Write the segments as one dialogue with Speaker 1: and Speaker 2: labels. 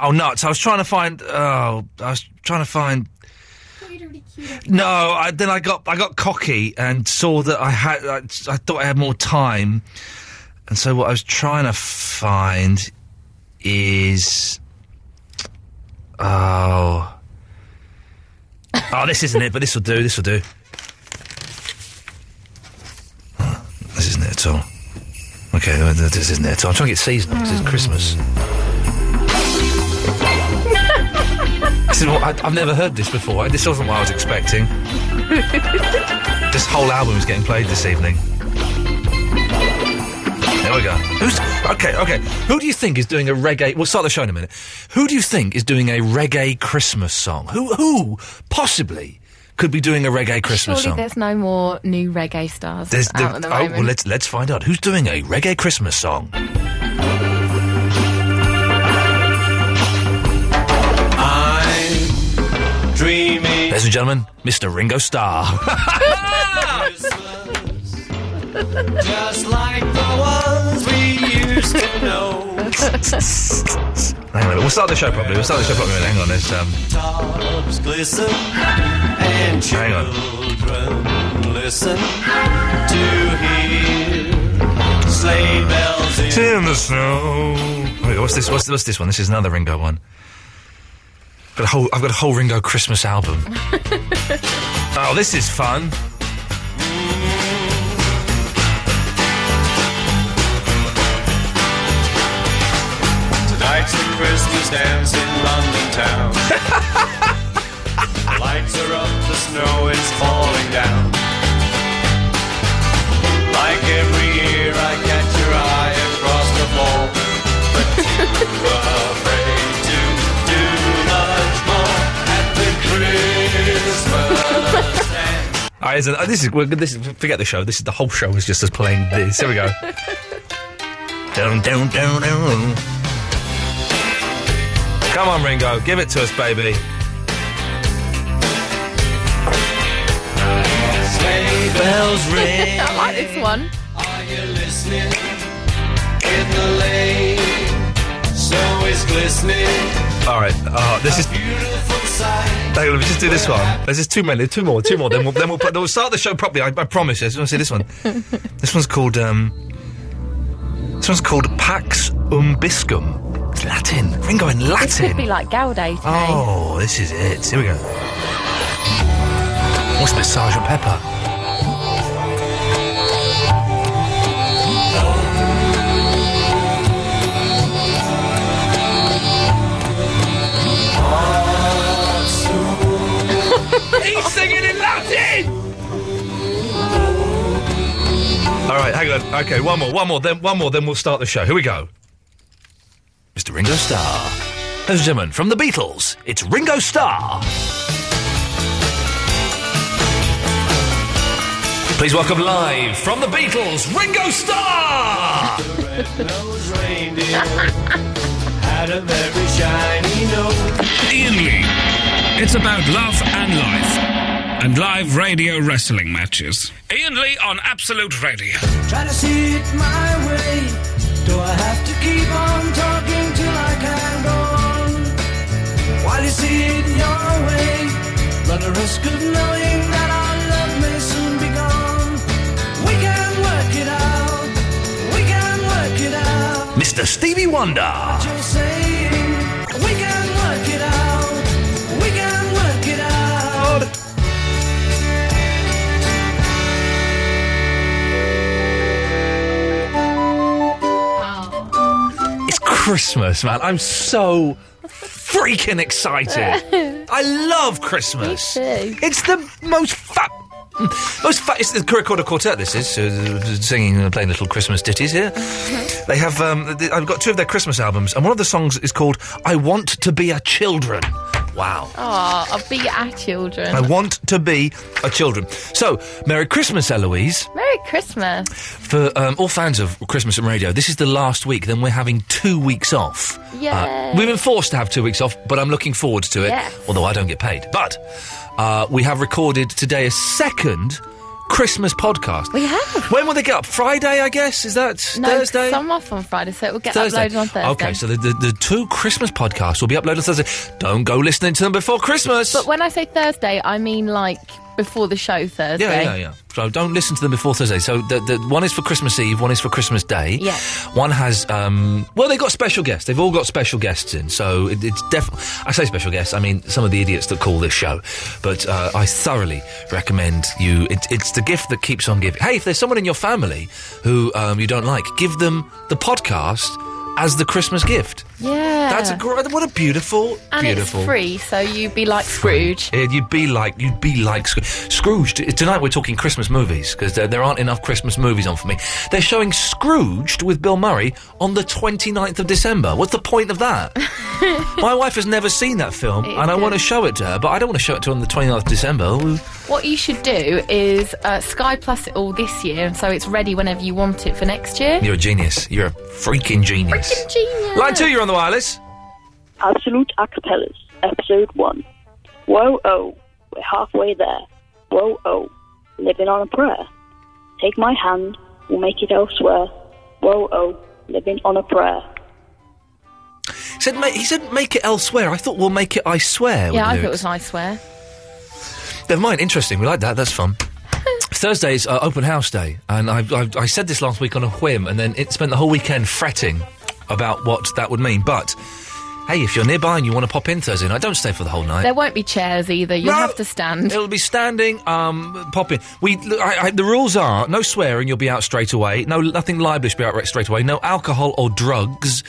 Speaker 1: Oh nuts! I was trying to find. Oh, I was trying to find. No, I, then I got I got cocky and saw that I had I, I thought I had more time, and so what I was trying to find is oh oh this isn't it, but this will do. This will do. This isn't it at all. Okay, th- th- this isn't it at all. I'm trying to get seasonal. This is Christmas. This is what I, I've never heard this before. This wasn't what I was expecting. This whole album is getting played this evening. There we go. Who's okay? Okay. Who do you think is doing a reggae? We'll start the show in a minute. Who do you think is doing a reggae Christmas song? Who who possibly could be doing a reggae Christmas
Speaker 2: Surely
Speaker 1: song?
Speaker 2: there's no more new reggae stars
Speaker 1: There's
Speaker 2: out at the
Speaker 1: oh,
Speaker 2: moment.
Speaker 1: well, let's let's find out who's doing a reggae Christmas song.
Speaker 3: I'm dreaming.
Speaker 1: Ladies and gentlemen, Mr. Ringo Starr.
Speaker 3: Ah! Just like the ones we used to know.
Speaker 1: Hang on a minute. We'll start the show properly. We'll start the show properly. Hang on. It's, um...
Speaker 3: Tops glisten and
Speaker 1: Hang on.
Speaker 3: children listen to hear sleigh bells in
Speaker 1: In the snow. Wait, what's this? What's, what's this one? This is another Ringo one. Got a whole, I've got a whole Ringo Christmas album. oh, this is fun.
Speaker 3: Tonight's the Christmas dance in London town. the lights are up, the snow is falling down. Like every year, I catch your eye across the floor. But you were afraid to do much more at the Christmas dance.
Speaker 1: All right, isn't- oh, this is, we're, this is forget the show. This is the whole show is just us playing this. Here we go. dun, dun, dun, dun. Come on, Ringo, give it to us, baby.
Speaker 3: Sleigh bells ring.
Speaker 2: I like this one.
Speaker 3: Are you listening? In the lane, snow is glistening.
Speaker 1: All right, uh, this is.
Speaker 3: Beautiful sight.
Speaker 1: Hang on, let's just do this one. There's just two minutes, two more, two more. Then we'll then we'll, put, we'll start the show properly. I, I promise. I just want to see this one. This one's called um. This one's called Pax Umbiscum. It's Latin. Ringo in
Speaker 2: This could be
Speaker 1: Latin.
Speaker 2: like Gauday today.
Speaker 1: Oh, this is it. Here we go. What's this, Sergeant Pepper? He's singing in Latin. All right, hang on. Okay, one more, one more, then one more, then we'll start the show. Here we go. Mr. Ringo Starr. Ladies and gentlemen, from the Beatles, it's Ringo Starr. Please welcome live ah, from the Beatles, Ringo Starr!
Speaker 3: Those reindeer had a very shiny nose.
Speaker 4: Ian Lee. It's about love and life. And live radio wrestling matches. Ian Lee on Absolute Radio.
Speaker 3: Try to see it my way. Do I have to keep on talking till I can go on? While you see it your way, run the risk of knowing that our love may soon be gone. We can work it out. We can work it out.
Speaker 1: Mr. Stevie Wonder.
Speaker 3: You're saying we can work it out. We can work it out.
Speaker 1: It's Christmas, man. I'm so freaking excited. I love Christmas.
Speaker 2: Me too.
Speaker 1: It's the most fat. Most fa- Oh, it's the Recorder Quartet. This is uh, singing and playing little Christmas ditties here. They have. Um, th- I've got two of their Christmas albums, and one of the songs is called "I Want to Be a Children." Wow.
Speaker 2: Aw, I'll be our children.
Speaker 1: I want to be a children. So, Merry Christmas, Eloise.
Speaker 2: Merry Christmas.
Speaker 1: For um, all fans of Christmas and radio, this is the last week. Then we're having two weeks off. Uh,
Speaker 2: Yay.
Speaker 1: we've been forced to have two weeks off, but I'm looking forward to it.
Speaker 2: Yes.
Speaker 1: Although I don't get paid, but uh, we have recorded today a second Christmas podcast.
Speaker 2: We have.
Speaker 1: When will they get up? Friday, I guess. Is that
Speaker 2: No, 'cause
Speaker 1: Thursday?
Speaker 2: I'm off on Friday, so it will get uploaded on Thursday.
Speaker 1: Okay, so the, the, the two Christmas podcasts will be uploaded on Thursday. Don't go listening to them before Christmas.
Speaker 2: But when I say Thursday, I mean like before the show Thursday.
Speaker 1: yeah, yeah, yeah. So don't listen to them before Thursday. So the, the one is for Christmas Eve, one is for Christmas Day.
Speaker 2: Yeah.
Speaker 1: One has um well they've got special guests. They've all got special guests in. So it, it's definitely I say special guests, I mean some of the idiots that call this show. But uh, I thoroughly recommend you it, it's the gift that keeps on giving. Hey, if there's someone in your family who um, you don't like, give them the podcast as the Christmas gift.
Speaker 2: Yeah.
Speaker 1: That's a gr- what a beautiful,
Speaker 2: And
Speaker 1: beautiful.
Speaker 2: it's free, so you'd be like Scrooge.
Speaker 1: Yeah, you'd be like you'd be like Scroo- Scrooge. T- Tonight we're talking Christmas movies because there, there aren't enough Christmas movies on for me. They're showing Scrooged with Bill Murray on the 29th of December. What's the point of that? My wife has never seen that film,
Speaker 2: It's
Speaker 1: and I want to
Speaker 2: good.
Speaker 1: show it to her, but I don't want to show it to her on the 29th of December. Ooh.
Speaker 2: What you should do is uh, Sky Plus it all this year, and so it's ready whenever you want it for next year.
Speaker 1: You're a genius. You're a freaking genius.
Speaker 2: Genius.
Speaker 1: Line two, you're on the wireless.
Speaker 5: Absolute Acapellas, Episode 1. Whoa, oh, we're halfway there. Whoa, oh, living on a prayer. Take my hand, we'll make it elsewhere. Whoa, oh, living on a prayer.
Speaker 1: He said, ma- he said, make it elsewhere. I thought we'll make it. I swear.
Speaker 2: yeah, I
Speaker 1: with
Speaker 2: thought it was
Speaker 1: lyrics.
Speaker 2: I swear.
Speaker 1: Never mind. Interesting. We like that. That's fun. Thursday's uh, open house day, and I, I, I said this last week on a whim, and then it spent the whole weekend fretting about what that would mean. But hey, if you're nearby and you want to pop in Thursday night, don't stay for the whole night.
Speaker 2: There won't be chairs either. You'll
Speaker 1: No.
Speaker 2: have to stand.
Speaker 1: It'll be standing. Um, pop in. We. look, I, I, the rules are no swearing. You'll be out straight away. No nothing libelous. Be out right straight away. No alcohol or drugs.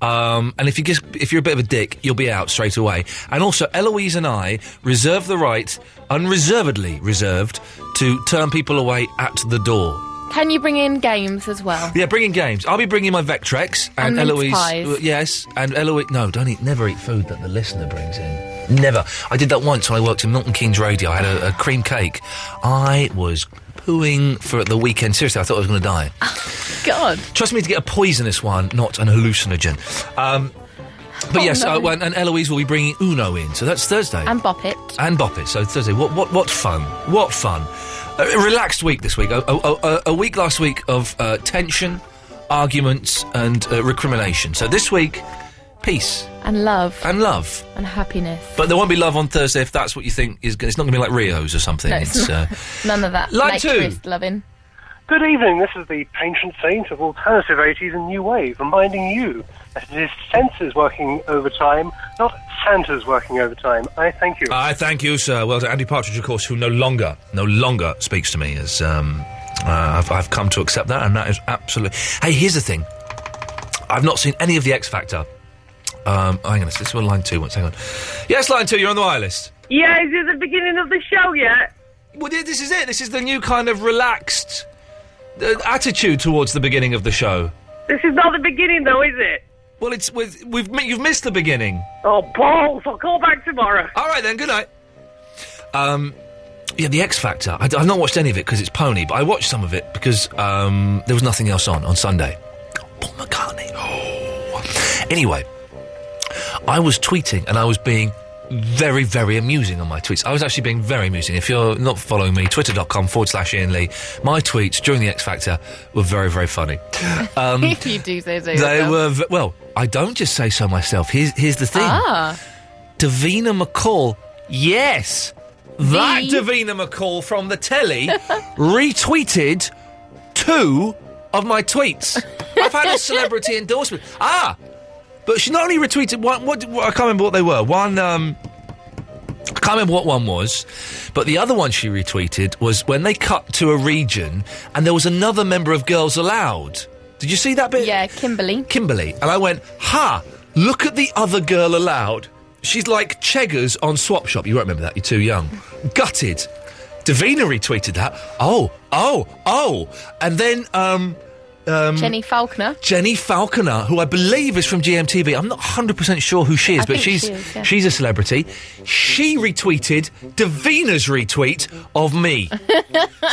Speaker 1: Um, and if you just, if you're a bit of a dick, you'll be out straight away. And also, Eloise and I reserve the right, unreservedly reserved, to turn people away at the door.
Speaker 2: Can you bring in games as well?
Speaker 1: Yeah, bringing games. I'll be bringing my Vectrex and,
Speaker 2: And mince
Speaker 1: Eloise.
Speaker 2: pies.
Speaker 1: w- Yes, and Eloise. No, don't eat. Never eat food that the listener brings in. Never. I did that once when I worked in Milton Keynes Radio. I had a, a cream cake. I was pooing for the weekend. Seriously, I thought I was going to die.
Speaker 2: God.
Speaker 1: Trust me to get a poisonous one, not an hallucinogen. Um, but
Speaker 2: Oh,
Speaker 1: yes,
Speaker 2: no.
Speaker 1: uh, when- and Eloise will be bringing Uno in. So that's Thursday
Speaker 2: And bop it.
Speaker 1: and bop it. So Thursday, what what what fun? What fun? A a relaxed week this week. A, a, a, a week last week of uh, tension, arguments, and uh, recrimination. So this week, peace
Speaker 2: And love.
Speaker 1: and love.
Speaker 2: And happiness.
Speaker 1: But there won't be love on Thursday if that's what you think is. It's not going to be like Rio's or something.
Speaker 2: No, it's
Speaker 1: it's uh,
Speaker 2: None of that.
Speaker 1: Line two.
Speaker 2: naturist loving.
Speaker 6: Good evening. This is the patron saint of alternative 80s and new wave, reminding you that it is senses working overtime, not Santa's working overtime. I thank you.
Speaker 1: I thank you, sir. Well, to Andy Partridge, of course, who no longer, no longer speaks to me as um, uh, I've, I've come to accept that, and that is absolutely. Hey, here's the thing. I've not seen any of the X Factor. Um, hang on, this is what line two was. Hang on. Yes, line two, you're on the wireless.
Speaker 7: Yeah, is it the beginning of the show yet?
Speaker 1: Well, thi- this is it. This is the new kind of relaxed uh, attitude towards the beginning of the show.
Speaker 7: This is not the beginning, though, is it?
Speaker 1: Well, it's with, we've mi- you've missed the beginning.
Speaker 7: Oh, balls. I'll call back tomorrow.
Speaker 1: All right then. Good night. Um, yeah, The X Factor. I, have not watched any of it because it's pony, but I watched some of it because um, there was nothing else on on Sunday. Paul McCartney. Oh. Anyway, I was tweeting and I was being very, very amusing on my tweets. I was actually being very amusing. If you're not following me, twitter.com forward slash Ian Lee. My tweets during The X Factor were very, very funny. Um,
Speaker 2: If you do say so.
Speaker 1: they
Speaker 2: yourself.
Speaker 1: were, v- well, I don't just say so myself. Here's, here's the thing.
Speaker 2: Ah.
Speaker 1: Davina McCall. Yes. That Davina McCall from the telly retweeted two of my tweets. I've had a celebrity endorsement. Ah, but she not only retweeted one. What, what I can't remember what they were. One. Um, I can't remember what one was, but the other one she retweeted was when they cut to a region and there was another member of Girls Allowed. Did you see that bit?
Speaker 2: Yeah, Kimberly.
Speaker 1: Kimberly. And I went, ha, look at the other girl allowed. She's like Cheggers on Swap Shop. You won't remember that, you're too young. Gutted. Davina retweeted that. Oh, oh, oh. And then um, um,
Speaker 2: Jenny Faulkner.
Speaker 1: Jenny Falconer, who I believe is from GMTV. I'm not 100% sure who she is,
Speaker 2: I
Speaker 1: but
Speaker 2: think
Speaker 1: she's
Speaker 2: she is, yeah.
Speaker 1: she's a celebrity. She retweeted Davina's retweet of me.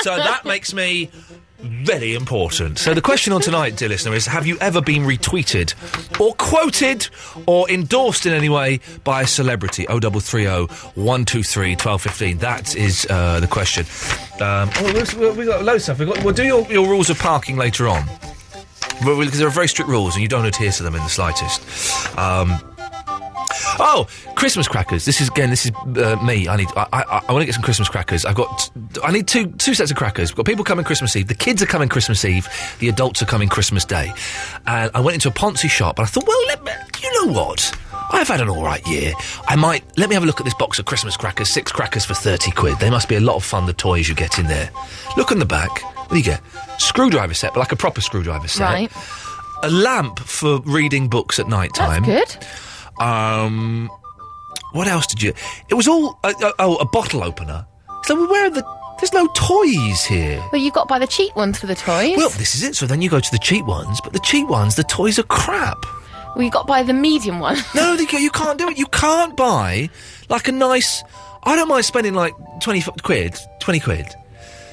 Speaker 1: so that makes me very important. So the question on tonight, dear listener, is have you ever been retweeted or quoted or endorsed in any way by a celebrity? 0330 123 1215. That is uh, the question. Um, oh, we've, we've got loads of stuff. We've got, we'll do your, your rules of parking later on. Well, Because there are very strict rules and you don't adhere to them in the slightest. Um, Oh, Christmas crackers! This is again. This is uh, me. I need. I. I, I want to get some Christmas crackers. I've got. I need two two sets of crackers. We've got people coming Christmas Eve. The kids are coming Christmas Eve. The adults are coming Christmas Day. And I went into a Ponzi shop and I thought, well, let me, you know what? I've had an all right year. I might let me have a look at this box of Christmas crackers. Six crackers for thirty quid. They must be a lot of fun. The toys you get in there. Look on the back. What do you get? Screwdriver set, but like a proper screwdriver set.
Speaker 2: Right.
Speaker 1: A lamp for reading books at night time.
Speaker 2: That's good.
Speaker 1: Um, what else did you? It was all uh, uh, oh, a bottle opener. So well, where are the? There's no toys here.
Speaker 2: Well, you got by the cheap ones for the toys.
Speaker 1: Well, this is it. So then you go to the cheap ones, but the cheap ones, the toys are crap.
Speaker 2: Well, you got by the medium one.
Speaker 1: No, they go- you can't do it. You can't buy like a nice. I don't mind spending like twenty f- quid, twenty quid.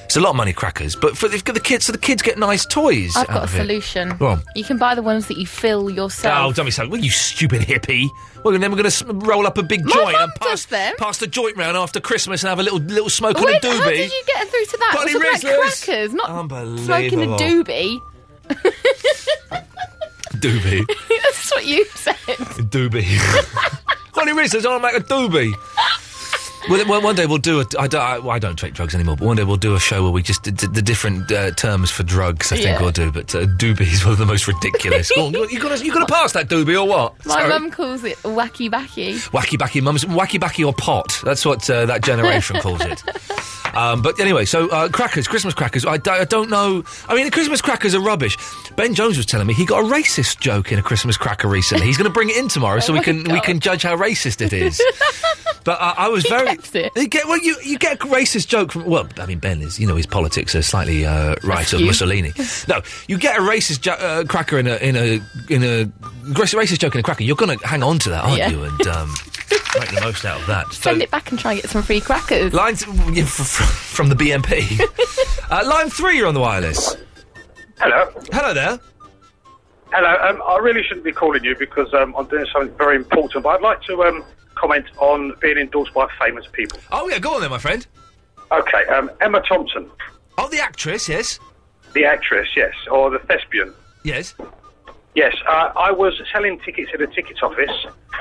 Speaker 1: It's a lot of money, crackers. But for the, for the kids, so the kids get nice toys.
Speaker 2: I've
Speaker 1: out
Speaker 2: got a
Speaker 1: of it.
Speaker 2: solution.
Speaker 1: Go on.
Speaker 2: You can buy the ones that you fill
Speaker 1: Oh,
Speaker 2: yourself.
Speaker 1: don't be so. Well, you stupid hippie. Well, then we're going to roll up a big
Speaker 2: My
Speaker 1: joint
Speaker 2: mum
Speaker 1: and pass,
Speaker 2: does them.
Speaker 1: pass the joint round after Christmas and have a little little smoke
Speaker 2: Where,
Speaker 1: on a doobie.
Speaker 2: how did you get through to that?
Speaker 1: Bunny
Speaker 2: We're talking about
Speaker 1: Rizzlers.
Speaker 2: crackers, not
Speaker 1: Unbelievable.
Speaker 2: smoking a doobie.
Speaker 1: Doobie.
Speaker 2: That's what you said.
Speaker 1: doobie. Honey Rizzlers, I'll make a doobie. Well, then, well, one day we'll do a. I don't, I, well, I don't take drugs anymore, but one day we'll do a show where we just d- d- the different uh, terms for drugs. I think
Speaker 2: Yeah.
Speaker 1: we'll do, but uh, doobie is one of the most ridiculous. well, you got to you got to pass that doobie or what?
Speaker 2: My
Speaker 1: Sorry.
Speaker 2: mum calls it wacky backy.
Speaker 1: Wacky backy mums, wacky backy or pot. That's what uh, that generation calls it. Um, but anyway, so uh, crackers, Christmas crackers. I, d- I don't know. I mean, the Christmas crackers are rubbish. Ben Jones was telling me he got a racist joke in a Christmas cracker recently. He's going to bring it in tomorrow,
Speaker 2: Oh
Speaker 1: so we
Speaker 2: my
Speaker 1: can we
Speaker 2: God.
Speaker 1: can judge how racist it is. but uh, I was
Speaker 2: He
Speaker 1: very.
Speaker 2: kept it.
Speaker 1: You get well, you you get a racist joke from. Well, I mean, Ben is you know his politics are slightly uh, right of
Speaker 2: few.
Speaker 1: Mussolini. No, you get a racist jo- uh, cracker in a in a in a gra- racist joke in a cracker. You're going to hang on to that, aren't
Speaker 2: Yeah.
Speaker 1: you? And um, make the most out of that.
Speaker 2: Send it back and try and get some free crackers.
Speaker 1: Lines yeah, fr- fr- from the BNP. uh, line three, you're on the wireless.
Speaker 8: Hello.
Speaker 1: Hello there.
Speaker 8: Hello. Um, I really shouldn't be calling you because um, I'm doing something very important, but I'd like to um, comment on being endorsed by famous people.
Speaker 1: Oh yeah, go on there, my friend.
Speaker 8: Okay, um, Emma Thompson,
Speaker 1: Oh, the actress, yes,
Speaker 8: the actress, yes, or the thespian.
Speaker 1: yes.
Speaker 8: Yes, uh, I was selling tickets at a ticket office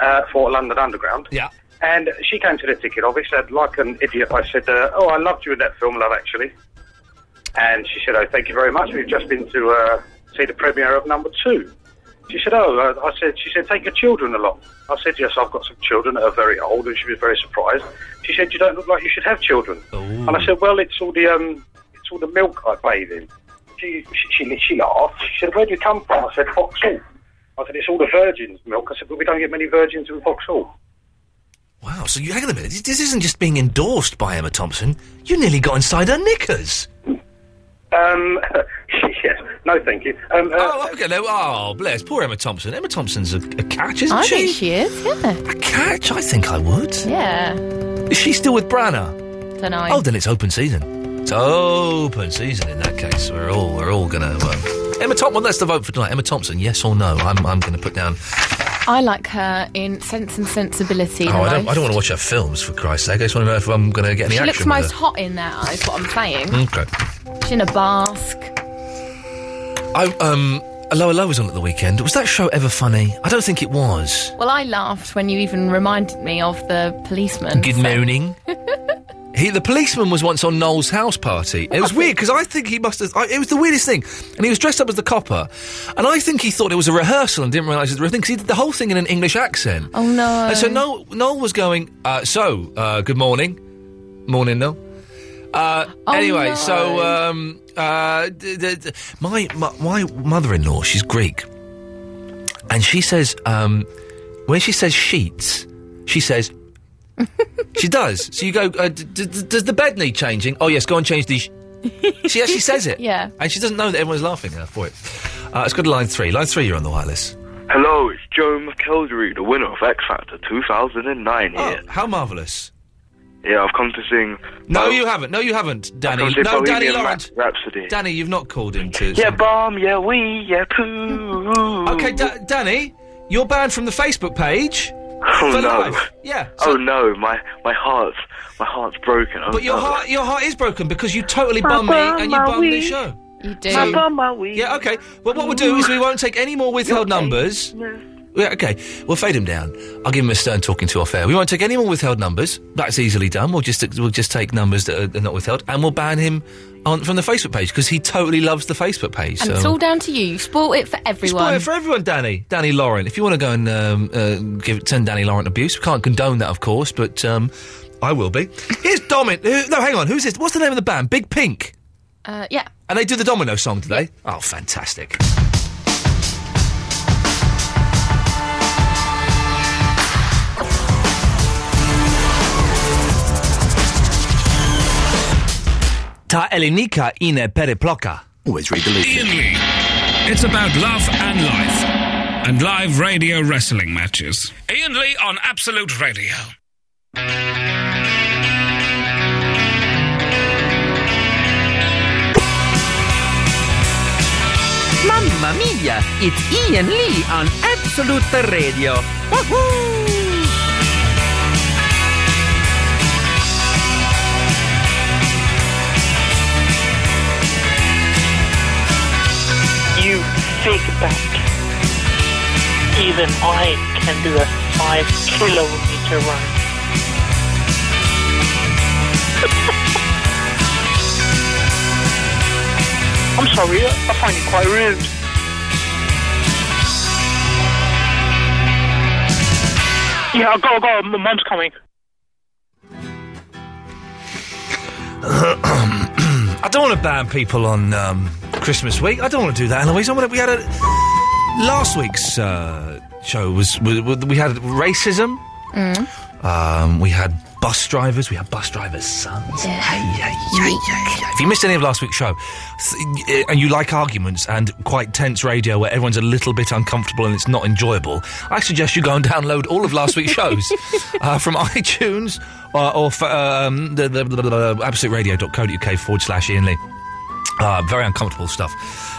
Speaker 8: uh, for London Underground.
Speaker 1: Yeah.
Speaker 8: And she came to the ticket office, and like an idiot, I said, uh, Oh, I loved you in that film, Love Actually. And she said, Oh, thank you very much. We've just been to uh, see the premiere of number two. She said, Oh, uh, I said, she said, take your children along. I said, Yes, I've got some children that are very old, and she was very surprised. She said, You don't look like you should have children. And I said, Well, it's all the, um, it's all the milk I bathe in. She, she, she, she laughed. She said, Where do you come from? I said, Vauxhall. I said, It's all the virgin's milk. I said, But we don't get many virgins in Vauxhall.
Speaker 1: Wow. So you hang on a minute. This- This isn't just being endorsed by Emma Thompson. You nearly got inside her knickers.
Speaker 8: Um, yes. No, thank you. Um, uh,
Speaker 1: Oh, okay. no, Oh, bless. Poor Emma Thompson. Emma Thompson's a, a catch, isn't
Speaker 2: I
Speaker 1: she?
Speaker 2: think she is, yeah.
Speaker 1: A catch? I think I would.
Speaker 2: Yeah.
Speaker 1: Is she still with Branner?
Speaker 2: Don't know.
Speaker 1: Oh, then it's open season. It's open season in that case. We're all we're all gonna. Um, Emma Thompson. Well, that's the vote for tonight. Emma Thompson. Yes or no? I'm I'm gonna put down.
Speaker 2: I like her in Sense and Sensibility. the
Speaker 1: Oh, I don't I
Speaker 2: most.
Speaker 1: don't want to watch her films for Christ's sake. I just want to know if I'm gonna get any
Speaker 2: She
Speaker 1: action.
Speaker 2: looks
Speaker 1: with
Speaker 2: most
Speaker 1: her. Hmm.
Speaker 2: hot in that. Is what I'm saying.
Speaker 1: Okay.
Speaker 2: She's in a basque.
Speaker 1: I um. Lower Low was on at the weekend. Was that show ever funny? I don't think it was.
Speaker 2: Well, I laughed when you even reminded me of the policeman.
Speaker 1: Good
Speaker 2: So-
Speaker 1: morning. he, the policeman was once on Noel's house party. It was weird because I think he must have. I, it was the weirdest thing, and he was dressed up as the copper, and I think he thought it was a rehearsal and didn't realise it was a thing because he did the whole thing in an English accent.
Speaker 2: Oh no.
Speaker 1: And Uh, so Noel, Noel was going. Uh, so uh, good morning, morning Noel. Uh,
Speaker 2: Oh,
Speaker 1: anyway,
Speaker 2: no.
Speaker 1: so um, uh, d- d- d- my, my my mother-in-law, she's Greek, and she says um, when she says sheets, she says she does. So you go. Uh, d- d- d- does the bed need changing? Oh yes, go and change the. Sh-. She actually says it.
Speaker 2: Yeah.
Speaker 1: and she doesn't know that everyone's laughing at her for it. Uh, let's go to line three. Line three, you're on the wireless.
Speaker 9: Hello, it's Joe McKeldry, the winner of X Factor 2009
Speaker 1: Oh,
Speaker 9: here.
Speaker 1: how marvellous!
Speaker 9: Yeah, I've come to sing.
Speaker 1: No,
Speaker 9: Bo-
Speaker 1: you haven't. No, you haven't,
Speaker 9: I've come
Speaker 1: Danny.
Speaker 9: to sing
Speaker 1: No, Danny
Speaker 9: Bohemian Ra-
Speaker 1: Lawrence.
Speaker 9: Rhapsody.
Speaker 1: Danny, you've not called him to.
Speaker 9: Yeah, bomb, yeah, we, yeah, poo.
Speaker 1: Okay, da- Danny, you're banned from the Facebook page.
Speaker 9: Oh
Speaker 1: for
Speaker 9: no.
Speaker 1: life. Yeah.
Speaker 9: oh no, my my heart's my heart's broken. Oh,
Speaker 1: But your
Speaker 9: no.
Speaker 1: heart, your heart is broken because you totally
Speaker 9: My
Speaker 1: bummed me and you
Speaker 9: bum, my
Speaker 1: bummed
Speaker 9: wee.
Speaker 1: this show.
Speaker 2: You
Speaker 9: do. My bum,
Speaker 1: Yeah. Okay. Well, what we'll do is we won't take any more withheld numbers. Yeah, okay, we'll fade him down. I'll give him a stern talking to off air. We won't take any more withheld numbers. That's easily done. We'll just we'll just take numbers that are, are not withheld, and we'll ban him on from the Facebook page because he totally loves the Facebook page.
Speaker 2: And
Speaker 1: so.
Speaker 2: it's all down to you. You spoil it for
Speaker 1: It's
Speaker 2: everyone.
Speaker 1: spoil it for everyone, Danny. Danny Lauren. If you want to go and um, uh, give send Danny Lauren abuse, we can't condone that, of course, but um, I will be. Here's Domin. Who, no, hang on. Who's this? What's the name of the band? Big Pink.
Speaker 2: Uh, yeah.
Speaker 1: And they do the Domino song, do they? Oh, fantastic. Ta Elenika ine pereploka. Always read the
Speaker 4: Ian Lee. It's about love and life and live radio wrestling matches. Ian Lee on Absolute Radio.
Speaker 10: Mamma mia, it's Ian Lee on Absolute Radio. Woohoo!
Speaker 11: You big bat. Even I can do a five kilometer run. I'm sorry, I find it quite rude. Yeah, I'll go, I'll go, my mum's coming.
Speaker 1: I don't want to ban people on um, Christmas week. I don't want to do that, Eloise. I want to, we had a last week's uh, show was we, we had racism.
Speaker 3: Mm.
Speaker 1: Um, we had bus drivers. We had bus drivers' sons.
Speaker 3: Yeah.
Speaker 1: Hey, yeah, yeah, yeah, yeah. If you missed any of last week's show, th- and you like arguments and quite tense radio where everyone's a little bit uncomfortable and it's not enjoyable, I suggest you go and download all of last week's shows uh, from iTunes uh, or, or f- um, the, the, the, the absoluteradio.co.uk forward slash Ian Lee. Uh, very uncomfortable stuff.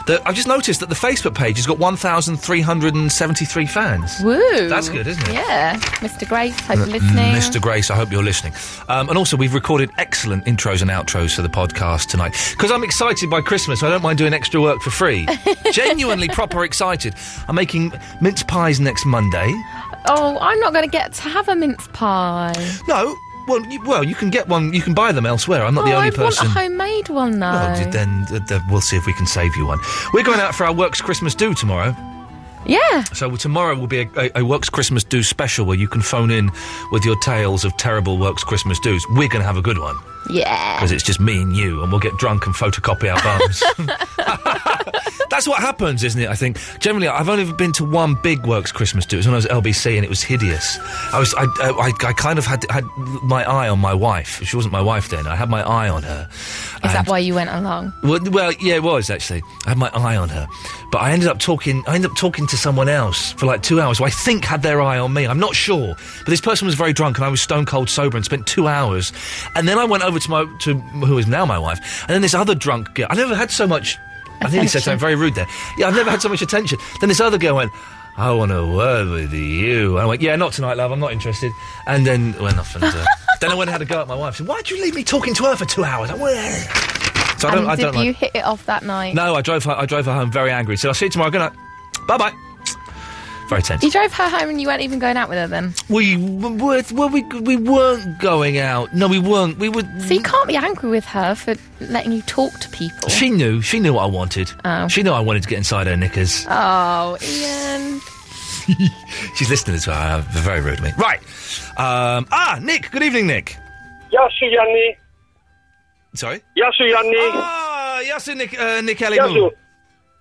Speaker 1: The, I've just noticed that the Facebook page has got 1,373 fans.
Speaker 2: Woo.
Speaker 1: That's good, isn't it?
Speaker 2: Yeah. Mr. Grace, hope you're
Speaker 1: M-
Speaker 2: listening.
Speaker 1: Mr. Grace, I hope you're listening. Um, and also, we've recorded excellent intros and outros for the podcast tonight. Because I'm excited by Christmas, I don't mind doing extra work for free. Genuinely proper excited. I'm making mince pies next Monday.
Speaker 2: Oh, I'm not going to get to have a mince pie.
Speaker 1: No, well, you, well, you can get one. You can buy them elsewhere. I'm not
Speaker 2: oh,
Speaker 1: the only
Speaker 2: I
Speaker 1: person.
Speaker 2: want a homemade one though.
Speaker 1: Well, d- then th- th- we'll see if we can save you one. We're going out for our works Christmas do tomorrow.
Speaker 2: Yeah.
Speaker 1: So tomorrow will be a, a, a Works Christmas Do special where you can phone in with your tales of terrible Works Christmas Do's. We're going to have a good one.
Speaker 2: Yeah.
Speaker 1: Because it's just me and you, and we'll get drunk and photocopy our bums. That's what happens, isn't it? I think generally, I've only been to one big works Christmas do. It was when I was at LBC, and it was hideous. I was, I, I, I- I kind of had had my eye on my wife. She wasn't my wife then. I had my eye on her.
Speaker 2: Is that why you went along?
Speaker 1: Well, well, yeah, it was actually. I had my eye on her, but I ended up talking. I ended up talking to someone else for like two hours, who I think had their eye on me. I'm not sure, but this person was very drunk, and I was stone cold sober, and spent two hours. And then I went over to my to who is now my wife, and then this other drunk girl. I never had so much. I think he said something very rude there. Yeah, I've never had so much attention. Then this other girl went. I want a word with you. And I went, yeah, not tonight, love. I'm not interested. And then went off and uh, then I went and had a go at my wife. Said, why'd you leave me talking to her for two hours? I went, so I don't.
Speaker 2: and
Speaker 1: I
Speaker 2: did
Speaker 1: don't like-
Speaker 2: you hit it off that night?
Speaker 1: no, I drove her. I drove her home very angry. Said, "I'll see you tomorrow. Good night. Bye bye." Very tense.
Speaker 2: You drove her home and you weren't even going out with her then.
Speaker 1: We w- were, were we we weren't going out. No, we weren't. We were.
Speaker 2: So you can't be angry with her for letting you talk to people.
Speaker 1: She knew. She knew what I wanted.
Speaker 2: Oh.
Speaker 1: She knew I wanted to get inside her knickers.
Speaker 2: Oh, Ian. Oh.
Speaker 1: She's listening as well. Uh, very rude of me. Right. Um, ah, Nick. Good evening, Nick.
Speaker 12: Yasu Yanni.
Speaker 1: Sorry.
Speaker 12: Yasu Yanni.
Speaker 1: Ah, Yasu Nick. Uh, Nick
Speaker 12: Yasu.
Speaker 1: Elimu.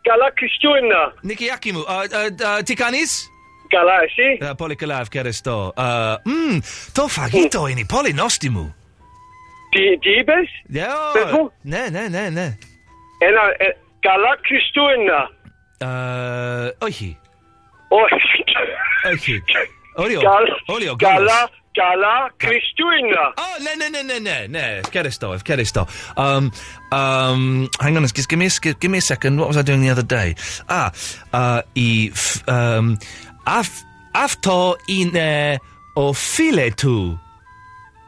Speaker 12: Galakishtuina.
Speaker 1: Niki Yakimu. Uh, uh, uh, Tikanis.
Speaker 12: Galashi.
Speaker 1: Uh, Polikalav Keresto. Uh, mm, to fagito ini polinostimu.
Speaker 12: Dibes.
Speaker 1: Yeah. Ne, ne, ne, ne.
Speaker 12: And Galakishtuina.
Speaker 1: Uh, ohi.
Speaker 12: Oh.
Speaker 1: Ohi. Olio.
Speaker 12: Gal-
Speaker 1: Olio.
Speaker 12: Gala. Gala Kristuina.
Speaker 1: Oh, no, no, no, no, no, no. Keristo, if Keristo. Um, um, hang on, just give me a sk- give me a second. What was I doing the other day? Ah, uh, i f- um, af afto in uh, o file tu.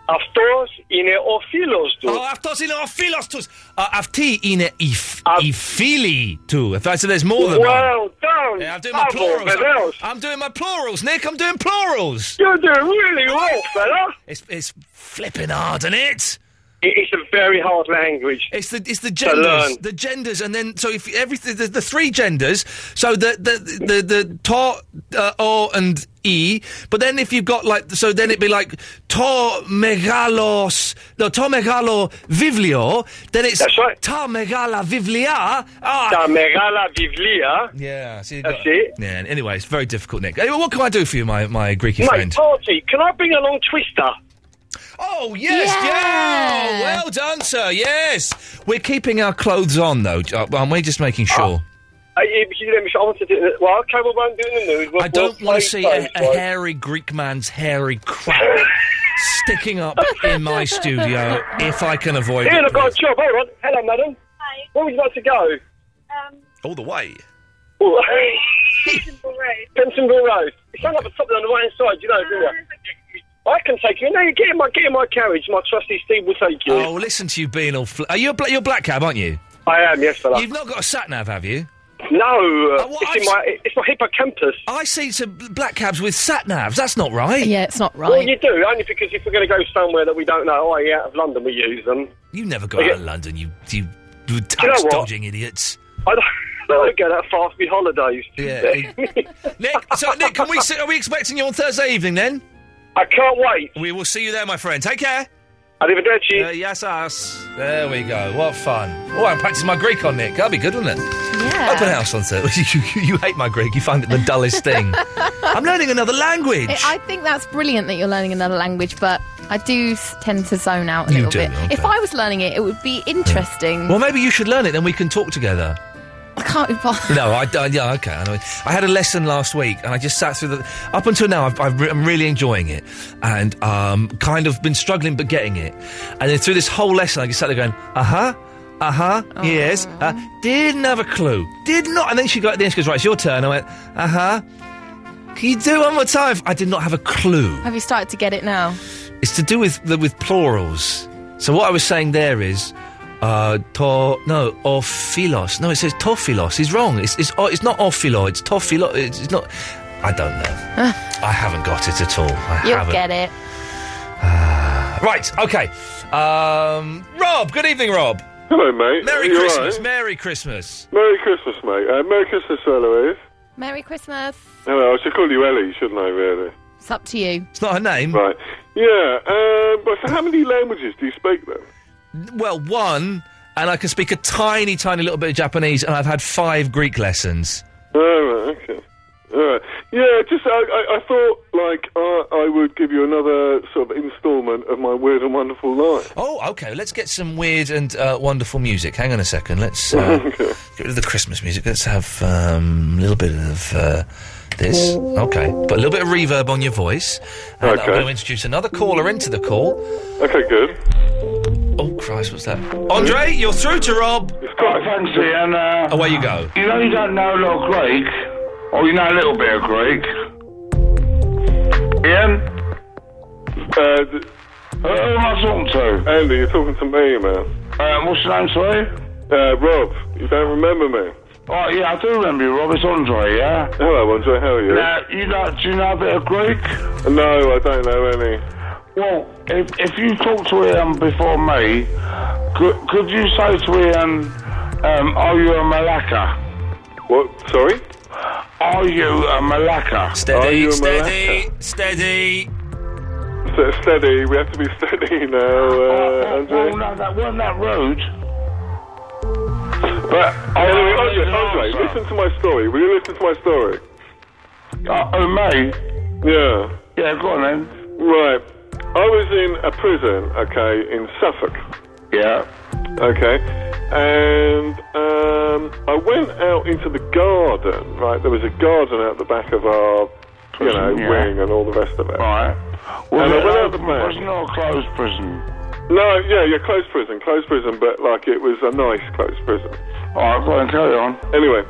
Speaker 12: Αυτός είναι ο φίλος του.
Speaker 1: αυτός είναι ο φίλος τους. Uh, afti in i f- i fili tu. So there's more than one.
Speaker 12: Well done.
Speaker 1: Yeah, I'm doing my
Speaker 12: Bravo,
Speaker 1: plurals.
Speaker 12: βεβαίως.
Speaker 1: I'm, I'm doing my plurals, Nick. I'm doing plurals.
Speaker 12: You're doing really well, fella.
Speaker 1: It's it's flipping hard, isn't it?
Speaker 12: It's a very hard language.
Speaker 1: It's the it's the
Speaker 12: To
Speaker 1: genders,
Speaker 12: learn.
Speaker 1: the genders, and then so if everything the, the three genders, so the the the the ta, uh, o and e, but then if you've got like so then it'd be like to megalos, no to megalo vivlio, then it's ta megala vivlia, ah,
Speaker 12: Τα μεγάλα βιβλία.
Speaker 1: Yeah, see,
Speaker 12: That's it.
Speaker 1: Yeah. and Anyway, it's very difficult, Nick. Anyway, what can I do for you, my my Greeky
Speaker 12: Mate,
Speaker 1: friend?
Speaker 12: party, can I bring along Twister?
Speaker 1: Oh, yes, yeah. Well done, sir. Yes, we're keeping our clothes on though, j- uh, aren't we? Just making sure.
Speaker 12: Uh, yeah, because you know, I want to do it. Well, okay, we won't do it in the nude. We'll,
Speaker 1: I don't
Speaker 12: we'll
Speaker 1: want to
Speaker 12: play
Speaker 1: see a,
Speaker 12: both,
Speaker 1: a
Speaker 12: right?
Speaker 1: hairy Greek man's hairy crap sticking up in my studio if I can avoid
Speaker 12: Ian,
Speaker 1: it.
Speaker 12: I've got a job. Hold on. Hello, madam. Hi. Where would you like to go?
Speaker 1: All the way.
Speaker 12: Oh, Bensonville Road. It sounds like something on the right hand side, you know, do you? I can take you. No, you get in my get in my carriage. My trusty Steve will take you.
Speaker 1: Oh, listen to you being all. Fl- are you a bla- you're a black cab, aren't you?
Speaker 12: I am, yes, fella.
Speaker 1: You've not got a sat nav, have you?
Speaker 12: No, uh,
Speaker 1: Oh, well,
Speaker 12: it's in
Speaker 1: I've-
Speaker 12: my it's my hippocampus.
Speaker 1: I see some black cabs with sat navs. That's not right.
Speaker 2: Yeah, it's not
Speaker 12: Well, you do only because if we're going to go somewhere that we don't know, i.e., out of London, we use them.
Speaker 1: You never go
Speaker 12: Okay.
Speaker 1: out of London, you you, you tax
Speaker 12: know what?
Speaker 1: dodging idiots.
Speaker 12: I don't, I don't go that far for my holidays.
Speaker 1: Yeah. Nick, so Nick, can we see, are we expecting you on Thursday evening then?
Speaker 12: I can't wait.
Speaker 1: We will see you there, my friend. Take care.
Speaker 12: Arrivederci.
Speaker 1: Uh, yes, us. There we go. What fun. Oh, I'm practicing my Greek on Nick. That'd be good, wouldn't it?
Speaker 2: Yeah.
Speaker 1: Open house on Thursday. you, you, you hate my Greek. You find it the dullest thing. I'm learning another language.
Speaker 2: I I think that's brilliant that you're learning another language, but I do s- tend to zone out a
Speaker 1: You
Speaker 2: little
Speaker 1: do,
Speaker 2: bit.
Speaker 1: okay.
Speaker 2: If I was learning it, it would be interesting.
Speaker 1: well, maybe you should learn it, then we can talk together.
Speaker 2: I can't be bothered.
Speaker 1: No, I, I yeah, okay. I, know. I had a lesson last week, and I just sat through the up until now. I've, I've re- I'm really enjoying it, and um, kind of been struggling but getting it. And then through this whole lesson, I just sat there going, uh huh. Uh huh. Yes. Uh, didn't have a clue. Did not. And then she got at the end. She goes, "Right, it's your turn." I went, "Uh huh." Can you do it one more time? I did not have a clue.
Speaker 2: Have you started to get it now?
Speaker 1: It's to do with the, with plurals. So what I was saying there is uh, to no or philos. No, it says tophilos. He's wrong. It's it's oh, it's not ophilo. It's tophilo. It's, it's not. I don't know. I haven't got it at all. I
Speaker 2: Ah. You'll
Speaker 1: haven't.
Speaker 2: get it.
Speaker 1: Right. Okay. Um, Rob. Good evening, Rob.
Speaker 13: Hello, mate.
Speaker 1: Merry
Speaker 13: Are you
Speaker 1: Christmas.
Speaker 13: alright?
Speaker 1: Merry Christmas.
Speaker 13: Merry Christmas, mate. Uh, Merry Christmas, Eloise.
Speaker 2: Merry Christmas.
Speaker 13: Hello, I should call you Ellie, shouldn't I, really?
Speaker 2: It's up to you.
Speaker 1: It's not her name.
Speaker 13: Right. Yeah, um, but so how many languages do you speak, then?
Speaker 1: Well, one, and I can speak a tiny, tiny little bit of Japanese, and I've had five Greek lessons.
Speaker 13: Oh, right, okay. All right. Yeah, just I, I, I thought like uh, I would give you another sort of instalment of my weird and wonderful life.
Speaker 1: Oh, okay. Let's get some weird and uh, wonderful music. Hang on a second. Let's uh, get rid of the Christmas music. Let's have um, a little bit of uh, this. Okay. But a little bit of reverb on your voice. And I'm
Speaker 13: Okay.
Speaker 1: going to introduce another caller into the call.
Speaker 13: Okay, good.
Speaker 1: Oh, Christ, what's that? Andre, you're through to Rob.
Speaker 14: It's quite fancy,
Speaker 13: eh?
Speaker 14: and uh,
Speaker 13: Oh,
Speaker 1: away you go.
Speaker 14: You know you don't know a lot of Greek, or you know a little bit of Greek. Ian,
Speaker 13: Uh, d-
Speaker 14: who am I talking to?
Speaker 13: Andy, you're talking to me, man.
Speaker 14: Uh, what's your name, sorry?
Speaker 13: Uh, Rob, you don't remember me?
Speaker 14: Oh yeah, I do remember you, Rob. It's Andre, yeah.
Speaker 13: Hello, Andre. How are you?
Speaker 14: Now you know, do you know a bit of Greek?
Speaker 13: No, I don't know any.
Speaker 14: Well, if if you talk to Ian before me, could could you say to Ian, um, are you a Malacca?
Speaker 13: What? Sorry.
Speaker 14: Are you a Malacca?
Speaker 13: Steady, Are you a steady,
Speaker 1: steady.
Speaker 13: S- steady. We have to be steady now, uh, Andre.
Speaker 14: Well, Oh, no, that wasn't that rude.
Speaker 13: But anyway,
Speaker 14: oh,
Speaker 13: Andre, Andre, listen to my story. Will you listen to my story?
Speaker 14: Uh, oh, mate.
Speaker 13: Yeah.
Speaker 14: Yeah, go on then.
Speaker 13: Right. I was in a prison, okay, in Suffolk.
Speaker 14: Yeah.
Speaker 13: Okay. And um, I went out into the garden, right? There was a garden out the back of our, you know,
Speaker 14: Prison, yeah.
Speaker 13: wing and all the rest of it.
Speaker 14: Right. Was
Speaker 13: And I
Speaker 14: it
Speaker 13: went out
Speaker 14: open-
Speaker 13: the back.
Speaker 14: was it not a closed prison?
Speaker 13: No, yeah, yeah, closed prison, closed prison, but like it was a nice closed prison.
Speaker 14: All right, go on, carry on.
Speaker 13: Anyway,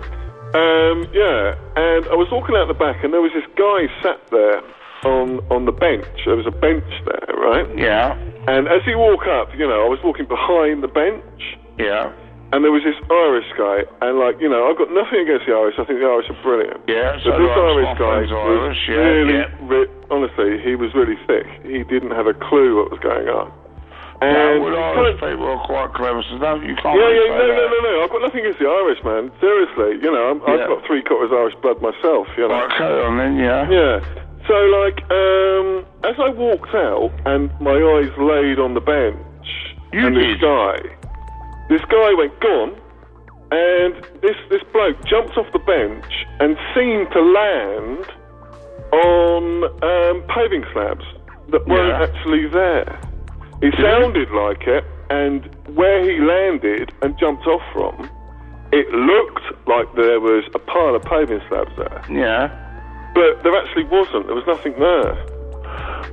Speaker 13: um, yeah, and I was walking out the back, and there was this guy sat there on on the bench. There was a bench there, right?
Speaker 14: Yeah.
Speaker 13: And as you walk up, you know, I was walking behind the bench,
Speaker 14: Yeah.
Speaker 13: and there was this Irish guy, and like, you know, I've got nothing against the Irish. I think the Irish are brilliant.
Speaker 14: Yeah, so
Speaker 13: but
Speaker 14: do I.
Speaker 13: this
Speaker 14: My
Speaker 13: Irish guy
Speaker 14: friend's
Speaker 13: was
Speaker 14: Irish, yeah,
Speaker 13: really,
Speaker 14: yeah.
Speaker 13: ri- honestly, he was really thick. He didn't have a clue what was going on. And
Speaker 14: no, well,
Speaker 13: he
Speaker 14: Irish people are quite clever, so no, you can't
Speaker 13: yeah,
Speaker 14: really
Speaker 13: yeah,
Speaker 14: say
Speaker 13: no,
Speaker 14: that.
Speaker 13: no, no, no. I've got nothing against the Irish, man. Seriously, you know, I'm,
Speaker 14: Yeah.
Speaker 13: I've got three quarters Irish blood myself. You know.
Speaker 14: carry on then, yeah.
Speaker 13: Yeah. So like, um, as I walked out and my eyes laid on the bench
Speaker 14: You
Speaker 13: and this
Speaker 14: did?
Speaker 13: guy, this guy went gone, and this this bloke jumped off the bench and seemed to land on um, paving slabs that weren't
Speaker 14: Yeah.
Speaker 13: actually there. It
Speaker 14: Did he?
Speaker 13: sounded like it, and where he landed and jumped off from, it looked like there was a pile of paving slabs there.
Speaker 14: Yeah.
Speaker 13: But there actually wasn't. There was nothing there.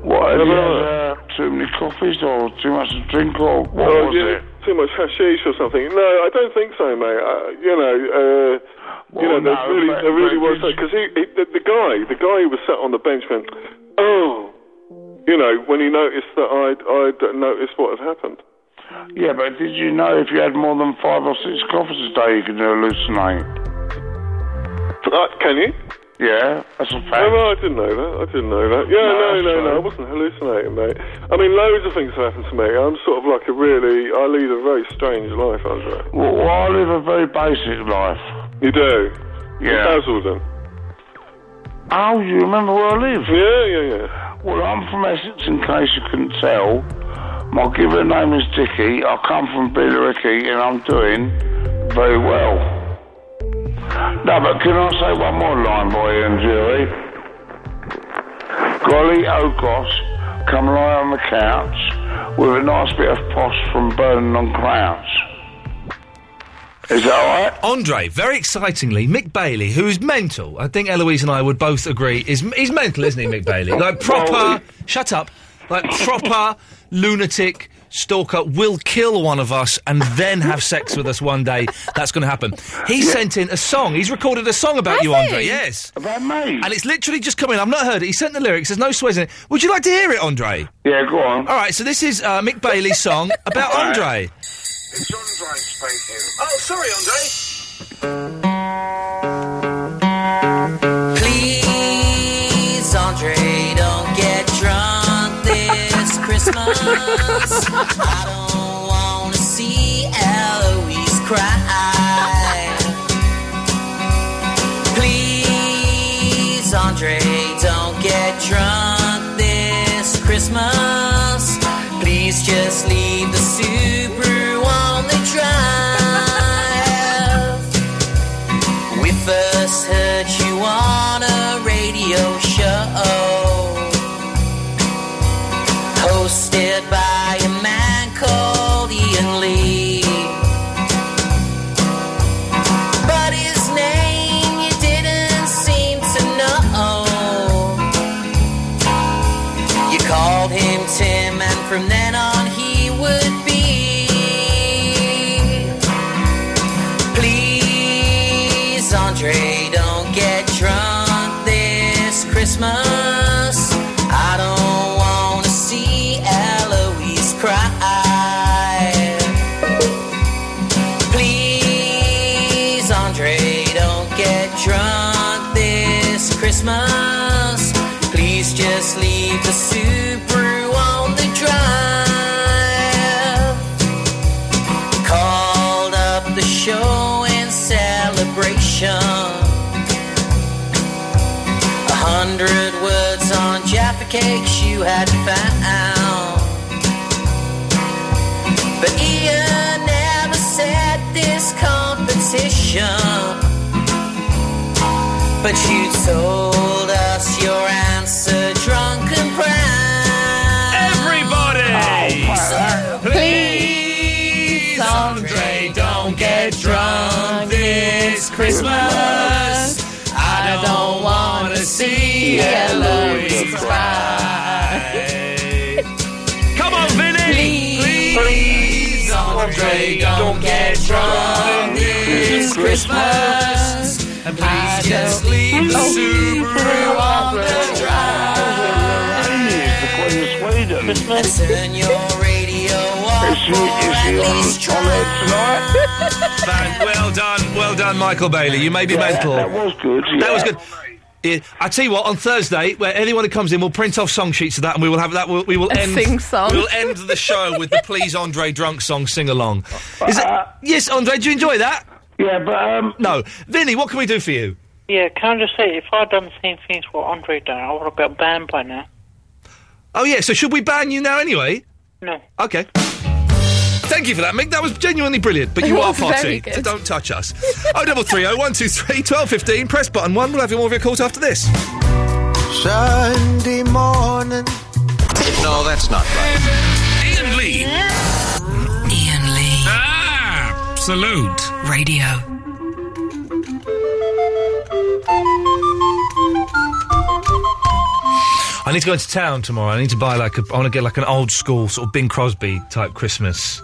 Speaker 14: What, have
Speaker 13: No,
Speaker 14: you
Speaker 13: no, no.
Speaker 14: had, uh, too many coffees or too much to drink or what
Speaker 13: Oh,
Speaker 14: was
Speaker 13: yeah,
Speaker 14: it?
Speaker 13: Too much hashish or something? No, I don't think so, mate. Uh, you know, uh, you know,
Speaker 14: Well,
Speaker 13: there
Speaker 14: no,
Speaker 13: really,
Speaker 14: but-
Speaker 13: there really
Speaker 14: but
Speaker 13: was
Speaker 14: did
Speaker 13: because he, he the, the guy, the guy who was sat on the bench went, oh, you know, when he noticed that I'd, I'd noticed what had happened.
Speaker 14: Yeah, but did you know if you had more than five or six coffees a day, you could hallucinate?
Speaker 13: Uh, can you?
Speaker 14: Yeah, that's a fact.
Speaker 13: Oh, well, I didn't know that. I didn't know that.
Speaker 14: No,
Speaker 13: Yeah, no,
Speaker 14: that's
Speaker 13: no, no.
Speaker 14: fine.
Speaker 13: I wasn't hallucinating, mate. I mean, loads of things have happened to me. I'm sort of like a really, I lead a very strange life, uh, Andre.
Speaker 14: Well, well, I live a very basic life.
Speaker 13: You do?
Speaker 14: Yeah.
Speaker 13: Basildon.
Speaker 14: Oh, you remember where I live?
Speaker 13: Yeah, yeah, yeah.
Speaker 14: Well, I'm from Essex, in case you couldn't tell. My given name is Dicky. I come from Billericay, and I'm doing very well. No, but can I say one more line, boy and jury? Golly, oh gosh, come lie on the couch with a nice bit of posh from burning on clouds. Is that all right?
Speaker 1: Andre, very excitingly, Mick Bailey, who is mental. I think Eloise and I would both agree is he's mental, isn't he, Mick Bailey? Like proper. shut up. Like proper lunatic stalker will kill one of us and then have sex with us one day. That's going to happen. He sent in a song. He's recorded a song about you, Andre.
Speaker 14: he?
Speaker 1: Yes.
Speaker 14: About me.
Speaker 1: And it's literally just come in. I've not heard it. He sent the lyrics. There's no swears in it. Would you like to hear it, Andre?
Speaker 14: Yeah, go on.
Speaker 1: All right. So this is uh, Mick Bailey's song about
Speaker 14: All right.
Speaker 1: Andre.
Speaker 12: Oh, sorry, Andre.
Speaker 15: Please, Andre, don't get drunk this Christmas. I don't want to see Eloise cry. Please, Andre, don't get drunk this Christmas. Please just leave the Subaru on the drive. We first heard you on a radio show hosted by a man called Ian Lee. But his name you didn't seem to know. You called him Tim, and from then on he would be. Please, Andre, don't get drunk this Christmas. I don't want to see Eloise cry. Please, Andre, don't get drunk this Christmas. Please just leave the Subaru on the drive called up the show in celebration. A hundred words on Jaffa cakes you had found. But Ian never said this competition. But you told us your answer drunk and proud. Oh, Everybody!
Speaker 12: Please, Andre, don't get drunk this Christmas. I don't want to see Eloise cry.
Speaker 15: Christmas. And please just leave the Subaru on the drive. Christmas. Turn your radio off.
Speaker 1: Fan- well done, well done, Michael Bailey. You may be
Speaker 15: Yeah,
Speaker 1: mental.
Speaker 15: that
Speaker 1: was good. That was good. Yeah, I tell you what, on Thursday, where anyone who comes in, we'll print off song sheets of that, and we will have that. We'll, we will
Speaker 2: A
Speaker 1: end.
Speaker 2: sing-song.
Speaker 1: We'll end the show with the "Please Andre Drunk" song sing along. Is it, yes, Andre, do you enjoy that? Uh, Yeah, but um, no, Vinny, what can we do for you?
Speaker 11: Yeah, can I just say, if I'd done the same things what Andre done, I would have got banned by now.
Speaker 1: Oh yeah, so should we ban you now anyway?
Speaker 11: No.
Speaker 1: Okay. Thank you for that, Mick. That was genuinely brilliant. But
Speaker 11: It
Speaker 1: you are
Speaker 11: was very
Speaker 1: potty,
Speaker 11: good.
Speaker 1: so don't touch us. Oh double three oh one two three twelve fifteen. Press button one. We'll have you more of your calls after this.
Speaker 3: Sunday morning.
Speaker 1: No, that's not right.
Speaker 4: Ian Lee. Ian Lee. Ah, salute. Radio.
Speaker 1: I need to go into town tomorrow. I need to buy like a. I want to get like an old school sort of Bing Crosby type Christmas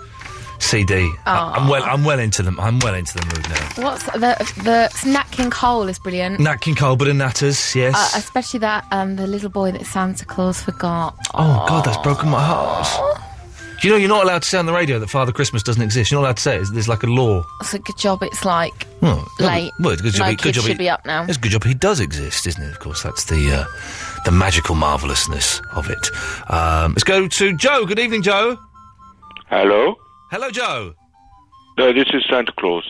Speaker 1: CD. I- I'm well. I'm well into them. I'm well into the mood now.
Speaker 2: What's the the Nat King Cole is brilliant.
Speaker 1: Nat King Cole, but and Natters, yes.
Speaker 2: Uh, especially that um, the little boy that Santa Claus forgot.
Speaker 1: oh God, that's broken my heart. Do you know you're not allowed to say on the radio that Father Christmas doesn't exist? You're not allowed to say it. There's- There's like a law.
Speaker 2: It's a good job. It's like
Speaker 1: Oh,
Speaker 2: late.
Speaker 1: Well, it's good job.
Speaker 2: My
Speaker 1: he- good
Speaker 2: kids
Speaker 1: job he-
Speaker 2: should be up now.
Speaker 1: It's a good job he does exist, isn't it? Of course, that's the uh, the magical marvellousness of it. Um, let's go to Joe. Good evening, Joe.
Speaker 16: Hello?
Speaker 1: Hello, Joe.
Speaker 16: No, this is Santa Claus.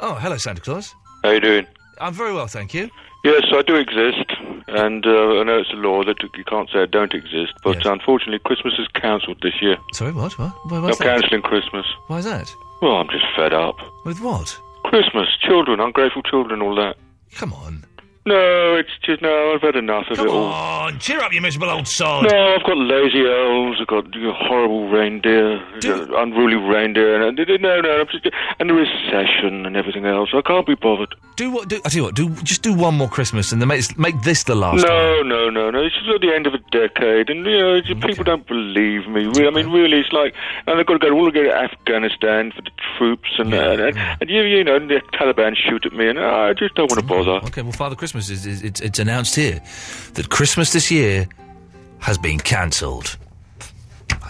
Speaker 1: Oh, hello, Santa Claus.
Speaker 16: How you doing?
Speaker 1: I'm very well, thank you.
Speaker 16: Yes, I do exist, and uh, I know it's a law that you can't say I don't exist, but unfortunately Christmas is cancelled this year.
Speaker 1: Sorry, what? What? Why,
Speaker 16: They're
Speaker 1: why's that?
Speaker 16: cancelling Christmas.
Speaker 1: Why is that?
Speaker 16: Well, I'm just fed up.
Speaker 1: With what?
Speaker 16: Christmas, children, ungrateful children, all that.
Speaker 1: Come on.
Speaker 16: No, it's just, no, I've had enough of
Speaker 1: Come
Speaker 16: it all.
Speaker 1: on, Oh, cheer up, you miserable old sod.
Speaker 16: No, I've got lazy elves. I've got you know, horrible reindeer, you know, unruly reindeer, and and- no, no, I'm just, and the recession and everything else. I can't be bothered.
Speaker 1: Do what? Do I tell you what? Do just do one more Christmas and then make, make this the last. one.
Speaker 16: No, no, no, no. It's just at the end of a decade, and you know, it's- people don't believe me. Re- I mean, really, it's like, and they've got to go all the way to Afghanistan for the troops, and and, and, and you, you know, the Taliban shoot at me, and I just don't want to bother.
Speaker 1: Okay, well, Father Christmas is, is it's, it's announced here that Christmas this year has been cancelled.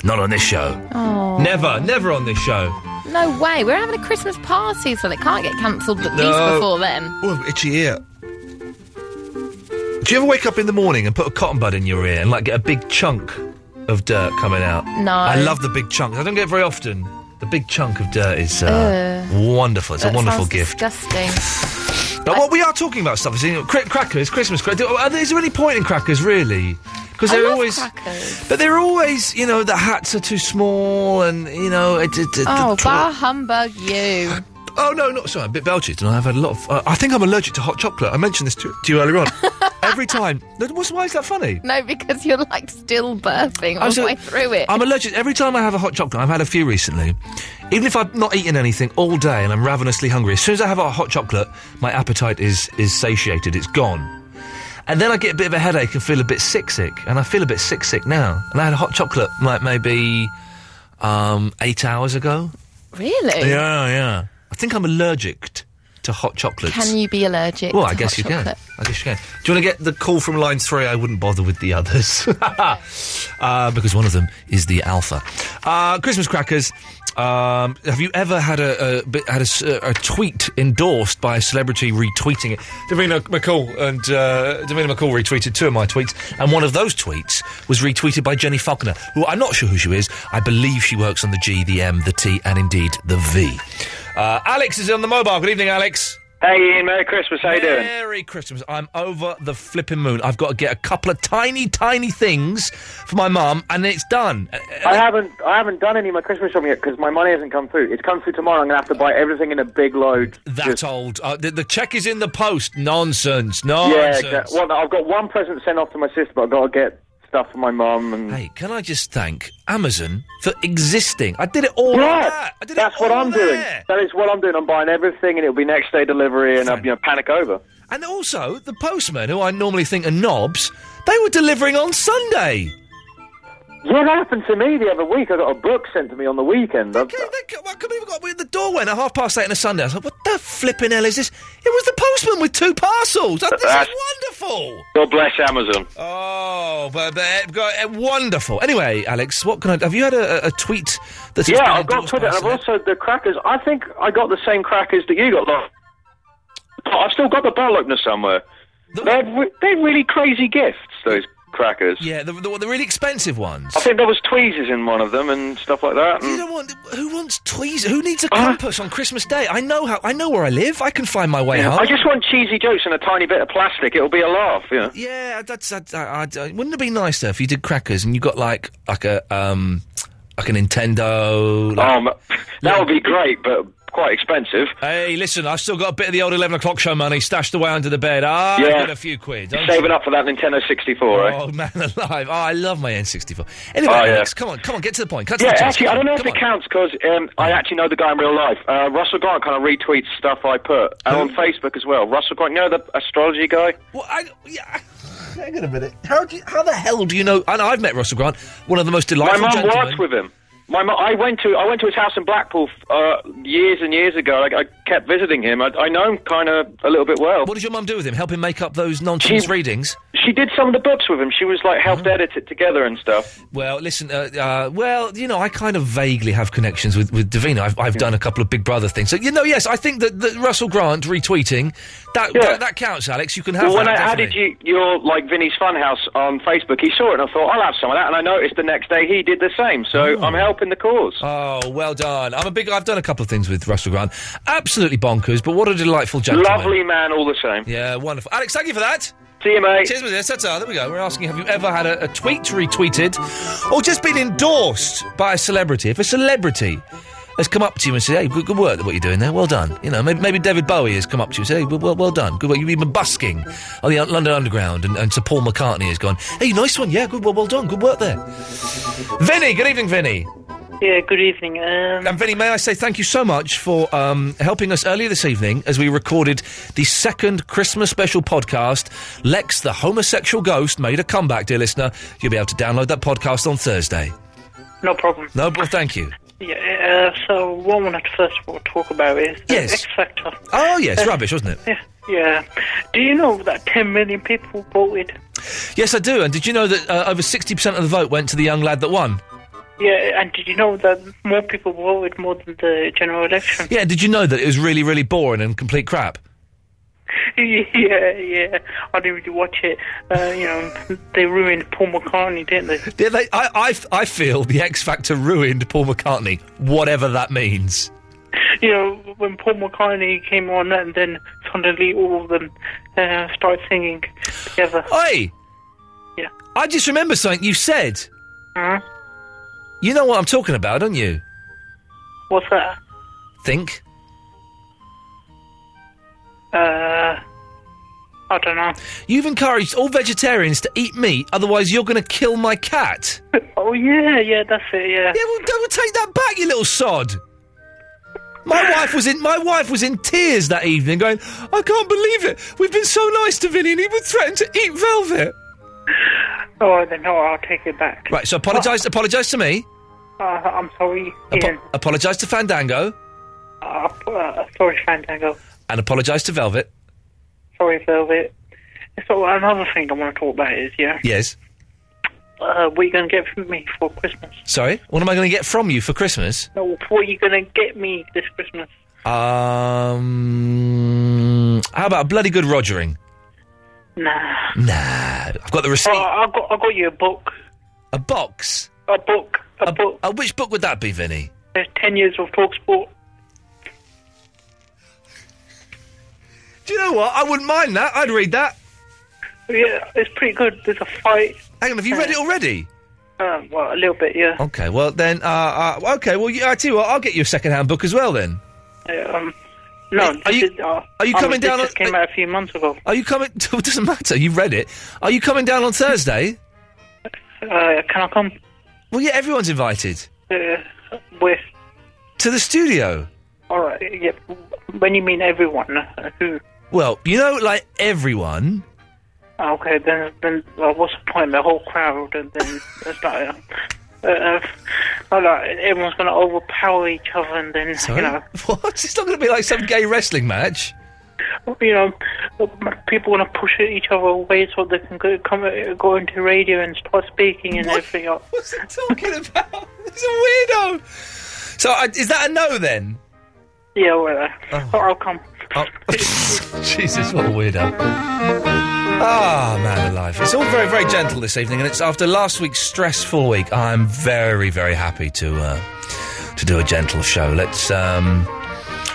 Speaker 1: Not on this show.
Speaker 2: Oh.
Speaker 1: Never, never on this show.
Speaker 2: No way. We're having a Christmas party, so it can't get cancelled at least
Speaker 1: No.
Speaker 2: before then.
Speaker 1: Oh, itchy ear. Do you ever wake up in the morning and put a cotton bud in your ear and like get a big chunk of dirt coming out?
Speaker 2: No.
Speaker 1: I love the big chunks. I don't get it very often. The big chunk of dirt is uh,
Speaker 2: Ugh.
Speaker 1: wonderful. It's a
Speaker 2: That
Speaker 1: wonderful
Speaker 2: sounds
Speaker 1: gift.
Speaker 2: Disgusting.
Speaker 1: But what we are talking about stuff is you know, cra- crackers, Christmas crackers. Is there any point in crackers really? Because
Speaker 2: I
Speaker 1: they're
Speaker 2: love
Speaker 1: always,
Speaker 2: crackers.
Speaker 1: but they're always, you know, the hats are too small, and you know, it. it, it
Speaker 2: Oh,
Speaker 1: the tw-
Speaker 2: bar humbug you.
Speaker 1: Oh no, no, sorry, I'm a bit belchy tonight. I've had a lot of. Uh, I think I'm allergic to hot chocolate. I mentioned this to, to you earlier on. Every time, No, what's why is that funny?
Speaker 2: No, because you're like still burping all
Speaker 1: I'm so-
Speaker 2: the way through it.
Speaker 1: I'm allergic. Every time I have a hot chocolate, I've had a few recently. Even if I've not eaten anything all day and I'm ravenously hungry, as soon as I have a hot chocolate, my appetite is is satiated. It's gone. And then I get a bit of a headache and feel a bit sick sick, and I feel a bit sick sick now. And I had a hot chocolate like maybe um, eight hours ago.
Speaker 2: really?
Speaker 1: Yeah, yeah. I think I'm allergic t- to hot chocolates.
Speaker 2: Can you be allergic?
Speaker 1: Well,
Speaker 2: to
Speaker 1: I guess
Speaker 2: hot
Speaker 1: you
Speaker 2: chocolate?
Speaker 1: can. I guess you can. Do you want to get the call from line three? I wouldn't bother with the others uh, because one of them is the alpha. Uh, Christmas crackers. Um, have you ever had a, a bit- had a, s- a tweet endorsed by a celebrity retweeting it? Davina McCall and uh, Davina McCall retweeted two of my tweets, and one of those tweets was retweeted by Jenny Faulkner, who I'm not sure who she is. I believe she works on the G, the M, the T, and indeed the V. Uh, Alex is on the mobile. Good evening, Alex.
Speaker 17: Hey Ian, Merry Christmas. How you doing?
Speaker 1: Merry Christmas. I'm over the flipping moon. I've got to get a couple of tiny, tiny things for my mum, and then it's done. Uh, uh,
Speaker 17: I haven't I haven't done any of my Christmas shopping yet because my money hasn't come through. It's come through tomorrow. I'm gonna have to buy everything in a big load.
Speaker 1: That old. Uh, the, the check is in the post. Nonsense.
Speaker 17: yeah,
Speaker 1: Nonsense.
Speaker 17: exactly. Well, no, I've got one present sent off to my sister, but I've got to get stuff for my mum. And
Speaker 1: Hey, can I just thank Amazon for existing? I did it all.
Speaker 17: yeah,
Speaker 1: that.
Speaker 17: that's what I'm doing. That is what I'm doing. I'm buying everything, and it'll be next day delivery, and I'll you know, panic over.
Speaker 1: And also, the postmen, who I normally think are knobs, they were delivering on Sunday.
Speaker 17: Yeah, that happened to me the other week. I got a book sent to me on the weekend. I've-
Speaker 1: The door went at half past eight on a Sunday. I was like, what the flipping hell is this? It was the postman with two parcels. I- This is
Speaker 3: That's-
Speaker 1: wonderful.
Speaker 9: God bless Amazon.
Speaker 1: Oh, but, but uh, go- uh, wonderful. Anyway, Alex, what can I? Have you had a, a- a tweet that's
Speaker 17: yeah, I've got Twitter, and I've also the crackers. I think I got the same crackers that you got. Last.
Speaker 9: I've still got the barrel opener somewhere. They're, re- they're really crazy gifts, those crackers.
Speaker 1: yeah, the, the, the really expensive ones.
Speaker 9: I think there was tweezers in one of them and stuff like that.
Speaker 1: You
Speaker 9: And
Speaker 1: don't want, who wants tweezers? Who needs a
Speaker 9: Uh-huh.
Speaker 1: compass on Christmas Day? I know how. I know where I live. I can find my way home.
Speaker 9: I just want cheesy jokes and a tiny bit of plastic. It'll be a laugh, yeah.
Speaker 1: Yeah, that's. that's I, I, I- wouldn't it be nice though if you did crackers and you got like like a um like a Nintendo? Like,
Speaker 9: Um, that would be great, but quite expensive.
Speaker 1: hey, listen, I've still got a bit of the old eleven o'clock show money stashed away under the bed. Ah,
Speaker 9: Yeah.
Speaker 1: get a few quid. I'm
Speaker 9: Saving up for that Nintendo 64, eh?
Speaker 1: Oh man, alive! Oh, I love my N64. Anyway,
Speaker 9: Oh, yeah.
Speaker 1: Alex, come on, come on, get to the point. Cut to
Speaker 9: Yeah,
Speaker 1: the chase.
Speaker 9: actually, I
Speaker 1: Come
Speaker 9: don't
Speaker 1: on,
Speaker 9: know if
Speaker 1: come
Speaker 9: it counts because um, I actually know the guy in real life. Uh, Russell Grant kind of retweets stuff I put and on Facebook as well. Russell Grant, you know the astrology guy?
Speaker 1: Well, I, yeah, hang on a minute. How do you, how the hell do you know? And I've met Russell Grant, one of the most
Speaker 9: My
Speaker 1: delightful.
Speaker 9: mum
Speaker 1: gentlemen.
Speaker 9: worked with him. My mu- I went to I went to his house in Blackpool uh, years and years ago. Like, I kept visiting him. I, I know him kind of a little bit well.
Speaker 1: What did your mum do with him? Help him make up those nonsense readings? Mm-hmm.
Speaker 9: She did some of the books with him. She was like helped edit it together and stuff.
Speaker 1: Well, listen. Uh, uh, well, you know, I kind of vaguely have connections with with Davina. I've, I've done a couple of Big Brother things. So you know, yes, I think that, that Russell Grant retweeting that, that that counts, Alex. You can have.
Speaker 9: Well, when
Speaker 1: that,
Speaker 9: I
Speaker 1: definitely.
Speaker 9: added you, your like Vinny's Funhouse on Facebook, he saw it and I thought I'll have some of that. And I noticed the next day he did the same.
Speaker 1: Mm.
Speaker 9: So I'm helping the cause.
Speaker 1: Oh, well done. I'm a big. I've done a couple of things with Russell Grant. Absolutely bonkers, but what a delightful gentleman.
Speaker 9: Lovely man, all the same.
Speaker 1: Yeah, wonderful. Alex, thank you for that.
Speaker 9: See you, mate.
Speaker 1: Cheers, with this. That's all. There we go. We're asking, have you ever had a, a tweet retweeted or just been endorsed by a celebrity? If a celebrity has come up to you and said, hey, good, good work, what you're doing there, well done. You know, maybe, maybe David Bowie has come up to you and said, hey, well, well- well done, good work. You've been busking on the London Underground and, and Sir Paul McCartney has gone, hey, nice one, yeah, good, well, well done, good work there. Vinny, good evening, Vinny.
Speaker 11: Yeah, good evening. Um,
Speaker 1: And Vinny, may I say thank you so much for um, helping us earlier this evening as we recorded the second Christmas special podcast. Lex, the homosexual ghost, made a comeback, dear listener. You'll be able to download that podcast on Thursday.
Speaker 11: no problem.
Speaker 1: No, but thank you.
Speaker 11: Yeah, uh, so what I wanted to first of all talk about is the
Speaker 1: Yes.
Speaker 11: X Factor.
Speaker 1: Oh yes,
Speaker 11: Uh,
Speaker 1: rubbish, wasn't it?
Speaker 11: Yeah, yeah. Do you know that 10 million people voted?
Speaker 1: Yes, I do. And did you know that uh, over sixty percent of the vote went to the young lad that won?
Speaker 11: Yeah, and did you know that more people voted more than the general election?
Speaker 1: Yeah. Did you know that it was really, really boring and complete crap?
Speaker 11: yeah, yeah. I didn't really watch it. Uh, you know, they ruined Paul McCartney, didn't they?
Speaker 1: Yeah, they, I, I f- I feel the X Factor ruined Paul McCartney, whatever that means.
Speaker 11: You know, when Paul McCartney came on, and then suddenly all of them uh, started singing together.
Speaker 1: Oi!
Speaker 11: Yeah.
Speaker 1: I just remember something you said.
Speaker 11: Huh?
Speaker 1: You know what I'm talking about, don't you?
Speaker 11: What's that?
Speaker 1: Think.
Speaker 11: Uh, I don't know.
Speaker 1: You've encouraged all vegetarians to eat meat, otherwise you're going to kill my cat.
Speaker 11: Oh yeah, yeah, that's it, yeah.
Speaker 1: Yeah, well, don't take that back, you little sod. My wife was in my wife was in tears that evening, going, "I can't believe it. We've been so nice to Vinny, and he would threaten to eat velvet."
Speaker 11: Oh, then no, I'll take it back.
Speaker 1: Right, so apologise, apologise to me,
Speaker 11: Uh, I'm sorry, Ian.
Speaker 1: apologise to Fandango,
Speaker 11: Uh, uh, sorry, Fandango.
Speaker 1: and apologise to Velvet.
Speaker 11: Sorry, Velvet. So another thing I want to talk about is, yeah,
Speaker 1: Yes,
Speaker 11: uh, what you gonna get for me for Christmas?
Speaker 1: sorry. What am I going to get from you for Christmas?
Speaker 11: No, what you gonna get me this Christmas?
Speaker 1: Um, how about a bloody good rogering?
Speaker 11: Nah.
Speaker 1: Mm. Nah, I've got the receipt.
Speaker 11: Oh, I got, I got you a book.
Speaker 1: A box?
Speaker 11: A book. A, book.
Speaker 1: Uh, which book would that be, Vinny?
Speaker 11: There's ten years of Talksport.
Speaker 1: Do you know what? I wouldn't mind that. I'd read that.
Speaker 11: Yeah, it's pretty good. There's a fight. Uh,
Speaker 1: Hang on, have you read it already?
Speaker 11: Um, well, a little bit, yeah.
Speaker 1: Okay, well then, uh, uh, okay, well, yeah, I tell you what, I'll get you a second-hand book as well then.
Speaker 11: Um, no,
Speaker 1: Are
Speaker 11: this
Speaker 1: you-
Speaker 11: is, uh,
Speaker 1: are
Speaker 11: I
Speaker 1: you
Speaker 11: mean,
Speaker 1: coming
Speaker 11: this
Speaker 1: down
Speaker 11: Just
Speaker 1: on-
Speaker 11: came out a few months ago.
Speaker 1: Are you coming? it doesn't matter. You read it. Are you coming down on Thursday?
Speaker 11: Uh, can I come?
Speaker 1: Well, yeah, everyone's invited
Speaker 11: Uh, with
Speaker 1: to the studio.
Speaker 11: all right, yeah. When you mean everyone, uh, who?
Speaker 1: Well, you know, like everyone.
Speaker 11: ah, Okay, then then well, what's the point? The whole crowd, and then it's not. Uh, uh, oh, like, everyone's going to overpower each other and then, you
Speaker 1: Sorry?
Speaker 11: know,
Speaker 1: What? It's not going to be like some gay wrestling match.
Speaker 11: you know, people want to push each other away so they can go, come, go into radio and start speaking and everything else.
Speaker 1: What's he talking about? He's a weirdo. So I, is that a no then?
Speaker 11: Yeah, well, uh, I'll come.
Speaker 1: Oh. Jesus, what a weirdo. Ah, man alive. It's all very, very gentle this evening, and it's after last week's stressful week. I'm very, very happy to uh, to do a gentle show. Let's um,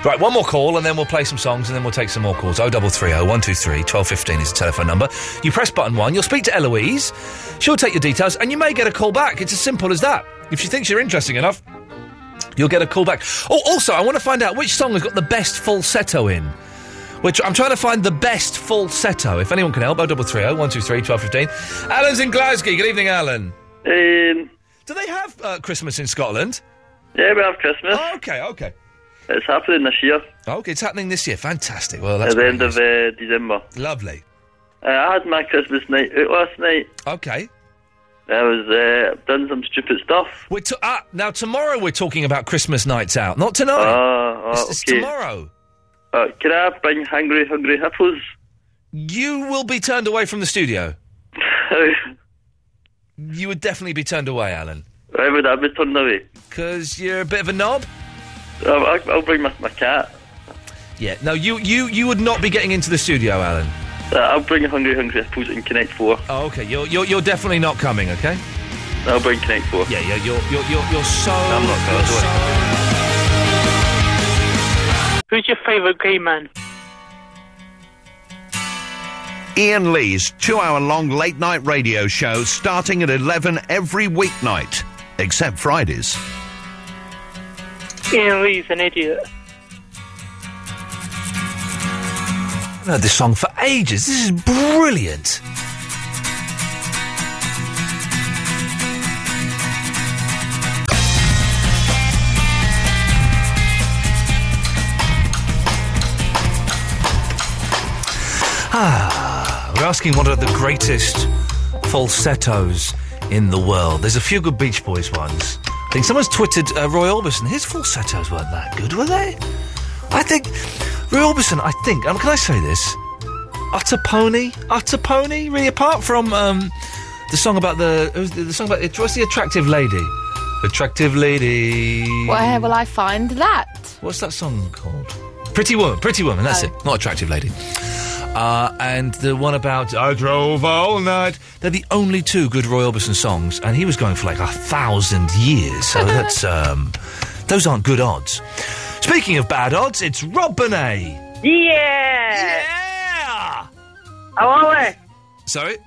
Speaker 1: right one more call, and then we'll play some songs, and then we'll take some more calls. Oh, double three oh one two three twelve fifteen is the telephone number. You press button one, you'll speak to Eloise. She'll take your details, and you may get a call back. It's as simple as that. If she thinks you're interesting enough, you'll get a call back. Oh, also, I want to find out which song has got the best falsetto in. Which I'm trying to find the best falsetto. If anyone can help, oh, 0330 123 1215. Alan's in Glasgow. Good evening, Alan.
Speaker 18: Um,
Speaker 1: Do they have uh, Christmas in Scotland? Oh,
Speaker 18: Yeah, we have Christmas.
Speaker 1: okay, okay.
Speaker 18: It's happening this year.
Speaker 1: Okay, it's happening this year. Fantastic. Well, that's
Speaker 18: at the
Speaker 1: great
Speaker 18: end of uh, December.
Speaker 1: Lovely.
Speaker 18: Uh, I had my Christmas night out last night.
Speaker 1: Okay.
Speaker 18: I was uh, done some stupid stuff.
Speaker 1: We're to- ah, now, tomorrow we're talking about Christmas nights out, not tonight.
Speaker 18: Ah, ah,
Speaker 1: It's- it's
Speaker 18: okay.
Speaker 1: tomorrow.
Speaker 18: Uh, can I bring hungry, hungry hippos?
Speaker 1: You will be turned away from the studio. you would definitely be turned away, Alan.
Speaker 18: Why would I be turned away?
Speaker 1: Because you're a bit of a knob.
Speaker 18: I'll, Ah, I'll- I'll bring my, my cat.
Speaker 1: Yeah. No, you, you, you would not be getting into the studio, Alan.
Speaker 18: Uh, I'll bring hungry, hungry hippos and Connect Four.
Speaker 1: Oh, okay. You're, you're, you're definitely not coming, okay?
Speaker 18: I'll bring Connect Four.
Speaker 1: Yeah, yeah. You're you're you're, you're so.
Speaker 18: I'm not going to do it.
Speaker 11: Who's your favourite gay man?
Speaker 19: Ian Lee's two hour long late night radio show starting at 11 every weeknight, except Fridays.
Speaker 11: Ian Lee's an idiot.
Speaker 1: I've heard this song for ages. This is brilliant. Ah, we're asking what are the greatest falsettos in the world. There's a few good Beach Boys ones. I think someone's twittered uh, Roy Orbison. His falsettos weren't that good, were they? I think Roy Orbison. I think. Um, can I say this? Utter pony, utter pony. Really, apart from um, the song about the who's the, the song about what's the attractive lady? Attractive lady.
Speaker 2: Where will I find that?
Speaker 1: What's that song called? Pretty Woman, Pretty Woman, that's it. Not Attractive Lady. Uh, and the one about I Drove All Night. They're the only two good Roy Orbison songs, and he was going for like a thousand years, so that's, um, those aren't good odds. Speaking of bad odds, it's Rob Bonet.
Speaker 7: Yeah. Yeah. How are we?
Speaker 1: Sorry?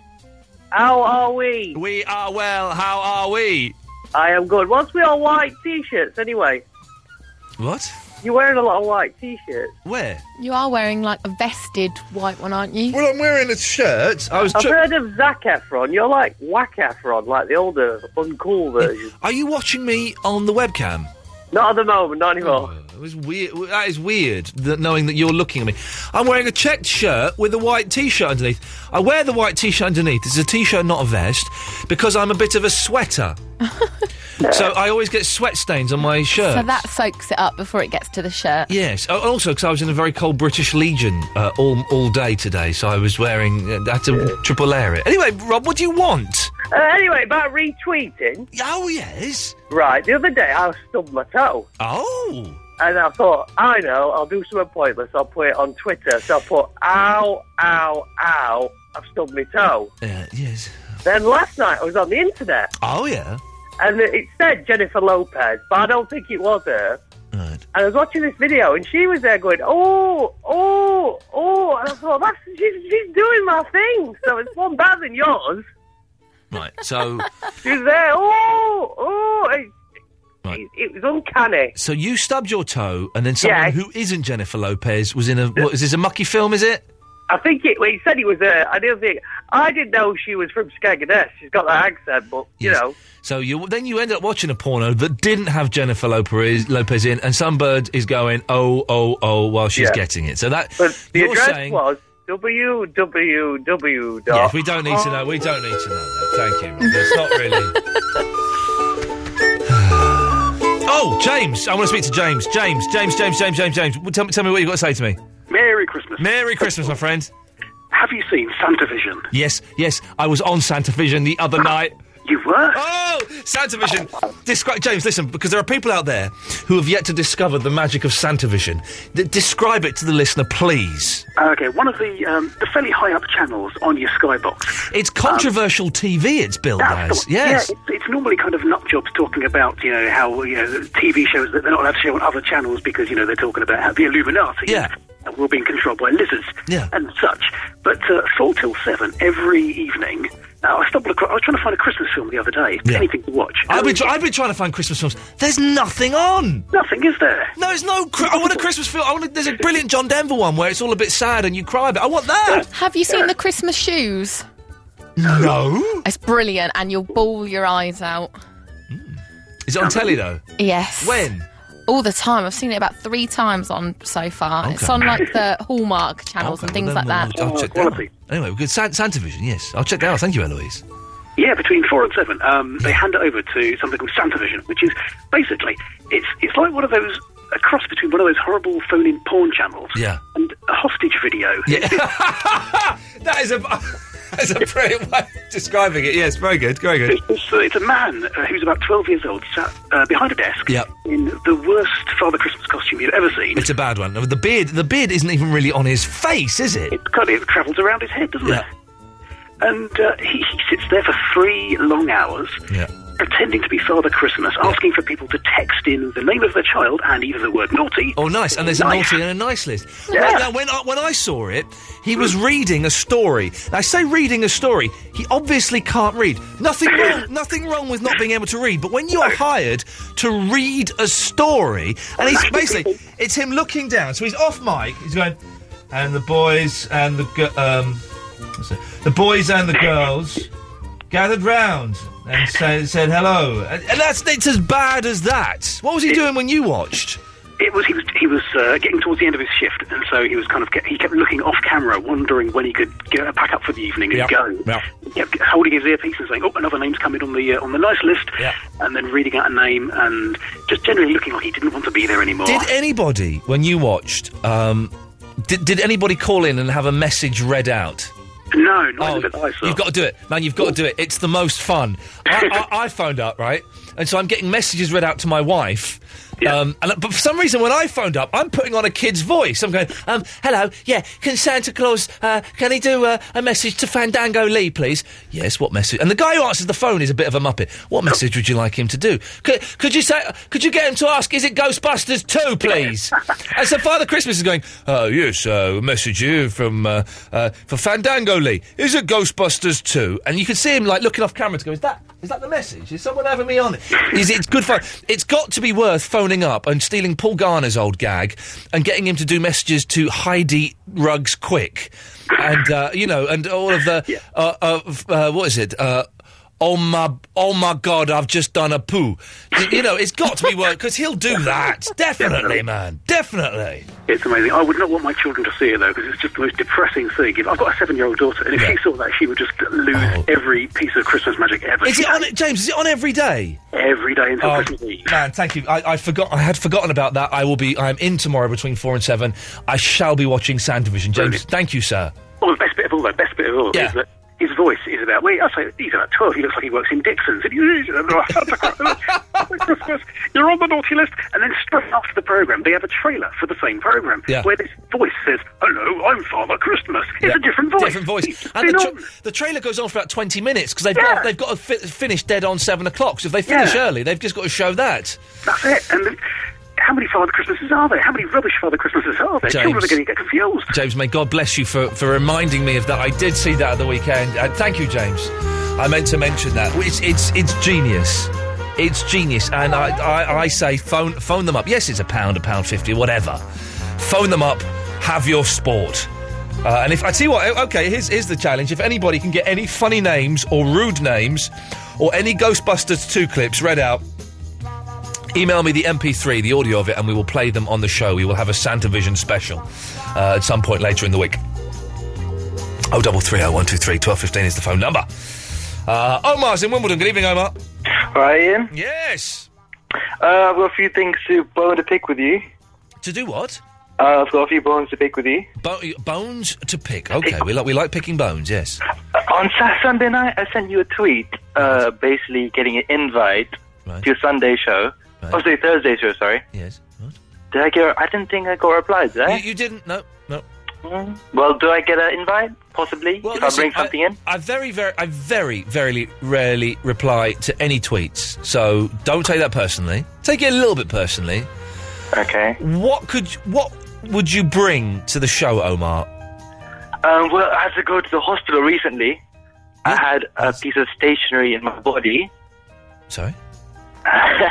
Speaker 7: How are we?
Speaker 1: We are well. How are we?
Speaker 7: I am good. What's with our white t-shirts anyway?
Speaker 1: What?
Speaker 7: You're wearing a lot of white t-shirts.
Speaker 1: Where?
Speaker 2: You are wearing like a vested white one, aren't you?
Speaker 1: Well, I'm wearing a shirt. I was.
Speaker 7: I've heard of Zac Efron. You're like Whack Efron, like the older, uncool version.
Speaker 1: Are you watching me on the webcam? Oh.
Speaker 7: Not at the moment, not anymore.
Speaker 1: It was weird. That is weird. That knowing that you're looking at me, I'm wearing a checked shirt with a white t-shirt underneath. I wear the white t-shirt underneath. It's a t-shirt, not a vest, because I'm a bit of a sweater. so I always get sweat stains on my shirt.
Speaker 2: So that soaks it up before it gets to the shirt.
Speaker 1: Yes. Oh, also, because I was in a very cold British Legion uh, all all day today, so I was wearing. Uh, I had to triple layer it. Anyway, Rob, what do you want?
Speaker 7: Uh, anyway, about retweeting.
Speaker 1: Oh, yes.
Speaker 7: Right, the other day I stubbed my toe.
Speaker 1: Oh.
Speaker 7: And I thought, I know, I'll do something pointless. I'll put it on Twitter. So I put, ow, ow, ow, I've stubbed my toe.
Speaker 1: Uh, yes.
Speaker 7: Then last night I was on the internet.
Speaker 1: Oh yeah.
Speaker 7: And it it said Jennifer Lopez, but I don't think it was her.
Speaker 1: Right.
Speaker 7: And I was watching this video, and she was there going, "Oh, oh, oh!" And I thought, "That's she's, she's doing my thing." So it's one better than yours.
Speaker 1: Right. So.
Speaker 7: She was there, "Oh, oh!" It, it, it was uncanny.
Speaker 1: So you stubbed your toe, and then someone who isn't Jennifer Lopez was in a. What, is this a mucky film? Is it?
Speaker 7: I think it. Well, he said he was there. I didn't think. I didn't know she was from Skagadess. She's got that accent, but you know.
Speaker 1: So you then you end up watching a porno that didn't have Jennifer Lopez, Lopez in, and some bird is going oh oh oh while she's
Speaker 7: Yeah.
Speaker 1: getting it. So that
Speaker 7: But the
Speaker 1: you're
Speaker 7: address
Speaker 1: saying.
Speaker 7: was www.
Speaker 1: Yes, we don't need to know. We don't need to know that. Thank you. Rob. It's not really. Oh, James. I want to speak to James. James, James, James, James, James, James. Well, Tell me, tell me what you've got to say to me.
Speaker 20: Merry Christmas.
Speaker 1: Merry Christmas, my friend.
Speaker 20: Have you seen Santa Vision?
Speaker 1: Yes, yes, I was on Santa Vision the other night.
Speaker 20: Ah, You were?
Speaker 1: Oh, Santa Vision. Descri- James, listen, because there are people out there who have yet to discover the magic of Santa Vision. D- describe it to the listener, please.
Speaker 20: Okay, one of the um, the fairly high up channels on your Skybox. Um,
Speaker 1: It's controversial TV, it's billed as. Yes.
Speaker 20: Yeah, it's, it's normally kind of nut jobs talking about you know how you know TV shows that they're not allowed to show on other channels because you know they're talking about how the Illuminati.
Speaker 1: Yeah.
Speaker 20: Will being controlled by lizards
Speaker 1: Yeah.
Speaker 20: and such. But uh, four till seven every evening. Uh, I stumbled across. I was trying to find a Christmas film the other day.
Speaker 1: Yeah.
Speaker 20: Anything to watch.
Speaker 1: I've been, tr- I've been trying to find Christmas films. There's nothing on.
Speaker 20: Nothing, is there?
Speaker 1: No, there's no. Cri- I want a Christmas film. I want. A, there's a brilliant John Denver one where it's all a bit sad and you cry a bit. I want that.
Speaker 2: Have you seen the Christmas shoes?
Speaker 1: No.
Speaker 2: It's brilliant, and you'll bawl your eyes out.
Speaker 1: Is it on telly though?
Speaker 2: Yes.
Speaker 1: When?
Speaker 2: All the time. I've seen it about three times on so far. It's
Speaker 1: Okay.
Speaker 2: on like the Hallmark channels and things like that.
Speaker 1: I'll check that. out. Anyway, good San- Santa Vision. Yes, I'll check that out. Thank you, Eloise.
Speaker 20: Yeah, between four and seven, um, they hand it over to something called Santavision, which is basically it's it's like one of those a cross between one of those horrible phone-in porn channels
Speaker 1: Yeah.
Speaker 20: and a hostage video.
Speaker 1: Yeah. that is a that's a brilliant way of describing it. Yes, very good. Very good.
Speaker 20: So it's a man uh, who's about 12 years old sat uh, behind a desk
Speaker 1: Yep.
Speaker 20: in the worst Father Christmas costume you've ever seen.
Speaker 1: It's a bad one. The beard, the beard isn't even really on his face, is it?
Speaker 20: It kind of travels around his head, doesn't
Speaker 1: Yeah.
Speaker 20: it? And uh, he, he sits there for three long hours
Speaker 1: Yeah.
Speaker 20: pretending to be Father Christmas, asking for people to text in the name of their child and either the word naughty.
Speaker 1: Oh, nice. And there's a
Speaker 20: Nice.
Speaker 1: naughty and a nice list.
Speaker 20: Yeah.
Speaker 1: Now, when, I, when I saw it, he was reading a story. Now, I say reading a story. He obviously can't read. Nothing wrong. nothing wrong with not being able to read. But when you are hired to read a story, and he's basically it's him looking down. So he's off mic. He's going, and the boys and the gi- um, what's it? the boys and the girls gathered round and said, said hello. And, and that's it's as bad as that. What was he doing when you watched?
Speaker 20: It was he was he was uh, getting towards the end of his shift, and so he was kind of ke- he kept looking off camera, wondering when he could get, pack up for the evening and
Speaker 1: Yep,
Speaker 20: go.
Speaker 1: yep.
Speaker 20: He kept holding his earpiece and saying, "Oh, another name's coming on the uh, on the nice list," and then reading out a name and just generally looking like he didn't want to be there anymore.
Speaker 1: Did anybody, when you watched, um, did, did anybody call in and have a message read out?
Speaker 20: no, not that I saw.
Speaker 1: Oh, You've got to do it, man. You've got to do it. It's the most fun. I, I, I phoned up, right? And so I'm getting messages read out to my wife. Um, and, but for some reason, when I phoned up, I'm putting on a kid's voice. I'm going, um, hello, yeah, can Santa Claus, uh, can he do uh, a message to Fandango Lee, please? Yes, what message? And the guy who answers the phone is a bit of a muppet. What message would you like him to do? Could, could you say, could you get him to ask, is it Ghostbusters 2, please? and so Father Christmas is going, oh, yes, uh, a message here from, uh, uh, for Fandango Lee. Is it Ghostbusters 2? And you can see him, like, looking off camera to go, is that, is that the message? Is someone having me on? Is it, it's good fun. It's got to be worth phoning up and stealing Paul Garner's old gag and getting him to do messages to Heidi Ruggs Quick. And, uh, you know, and all of the, uh, uh, f- uh, what is it? Uh, Oh my! Oh my God! I've just done a poo. Y- You know, it's got to be worth because he'll do that definitely, man. Definitely.
Speaker 20: It's amazing. I would not want my children to see it though, because it's just the most depressing thing. If I've got a seven-year-old daughter, and if she saw that, she would just lose every piece of Christmas magic ever.
Speaker 1: Oh. Is
Speaker 20: She-
Speaker 1: it on it, James? Is it on every day?
Speaker 20: every day until
Speaker 1: Oh,
Speaker 20: Christmas Eve?
Speaker 1: man, thank you. I, I forgot. I had forgotten about that. I will be. I am in tomorrow between four and seven. I shall be watching Sand Division, James. Thank you, sir.
Speaker 20: Well, Oh, the best bit of all, the best bit of all, is that his voice is about. Wait, I say he's about twelve. He looks like he works in Dixon's. And you- "Oh, You're on the naughty list, and then straight after the program, they have a trailer for the same program
Speaker 1: Yeah.
Speaker 20: where this voice says, "Hello, I'm Father Christmas." It's
Speaker 1: Yeah.
Speaker 20: a different voice.
Speaker 1: Different voice.
Speaker 20: It's
Speaker 1: And
Speaker 20: been
Speaker 1: the,
Speaker 20: on.
Speaker 1: tra- the trailer goes on for about twenty minutes because they've got, they've got to fi- finish dead on seven o'clock. So if they finish
Speaker 20: Yeah.
Speaker 1: early, they've just got to show that.
Speaker 20: That's it. And the, how many Father Christmases are there? How many rubbish Father Christmases are there?
Speaker 1: James.
Speaker 20: Children are going to get confused.
Speaker 1: James, may God bless you for, for reminding me of that. I did see that at the weekend. Uh, thank you, James. I meant to mention that. It's it's it's genius. It's genius, and I, I, I say phone phone them up. Yes, it's a pound, a pound fifty, whatever. Phone them up. Have your sport. Uh, and if I see what, okay, here's here's the challenge. If anybody can get any funny names or rude names, or any Ghostbusters two clips read out, Email me the MP3, the audio of it, and we will play them on the show. We will have a Santa Vision special uh, at some point later in the week. Oh, double three oh one two three twelve fifteen is the phone oh, number. Uh, Omar's in Wimbledon. Good evening, Omar.
Speaker 21: Hi, Ian.
Speaker 1: Yes.
Speaker 21: Uh, I've got a few things to bone to pick with you.
Speaker 1: To do what?
Speaker 21: Uh, I've got a few bones to pick with you.
Speaker 1: Bo- bones to pick. Okay, we like we like picking bones. Yes.
Speaker 21: Uh, on Sa- Sunday night, I sent you a tweet, uh, basically getting an invite to your Sunday show. Oh, sorry, Thursday show. Sorry.
Speaker 1: Yes.
Speaker 21: Did I get? I didn't think I got a reply. Did I? Mm.
Speaker 1: You, you didn't. No. No.
Speaker 21: Well, do I get an invite? Possibly.
Speaker 1: Well,
Speaker 21: if
Speaker 1: listen,
Speaker 21: I bring something in.
Speaker 1: I very, very, I very, very rarely reply to any tweets, so don't take that personally. Take it a little bit personally.
Speaker 21: Okay.
Speaker 1: What could, what would you bring to the show, Omar?
Speaker 21: Um, well, I had to go to the hospital recently. I had a piece of stationery in my body.
Speaker 1: Sorry?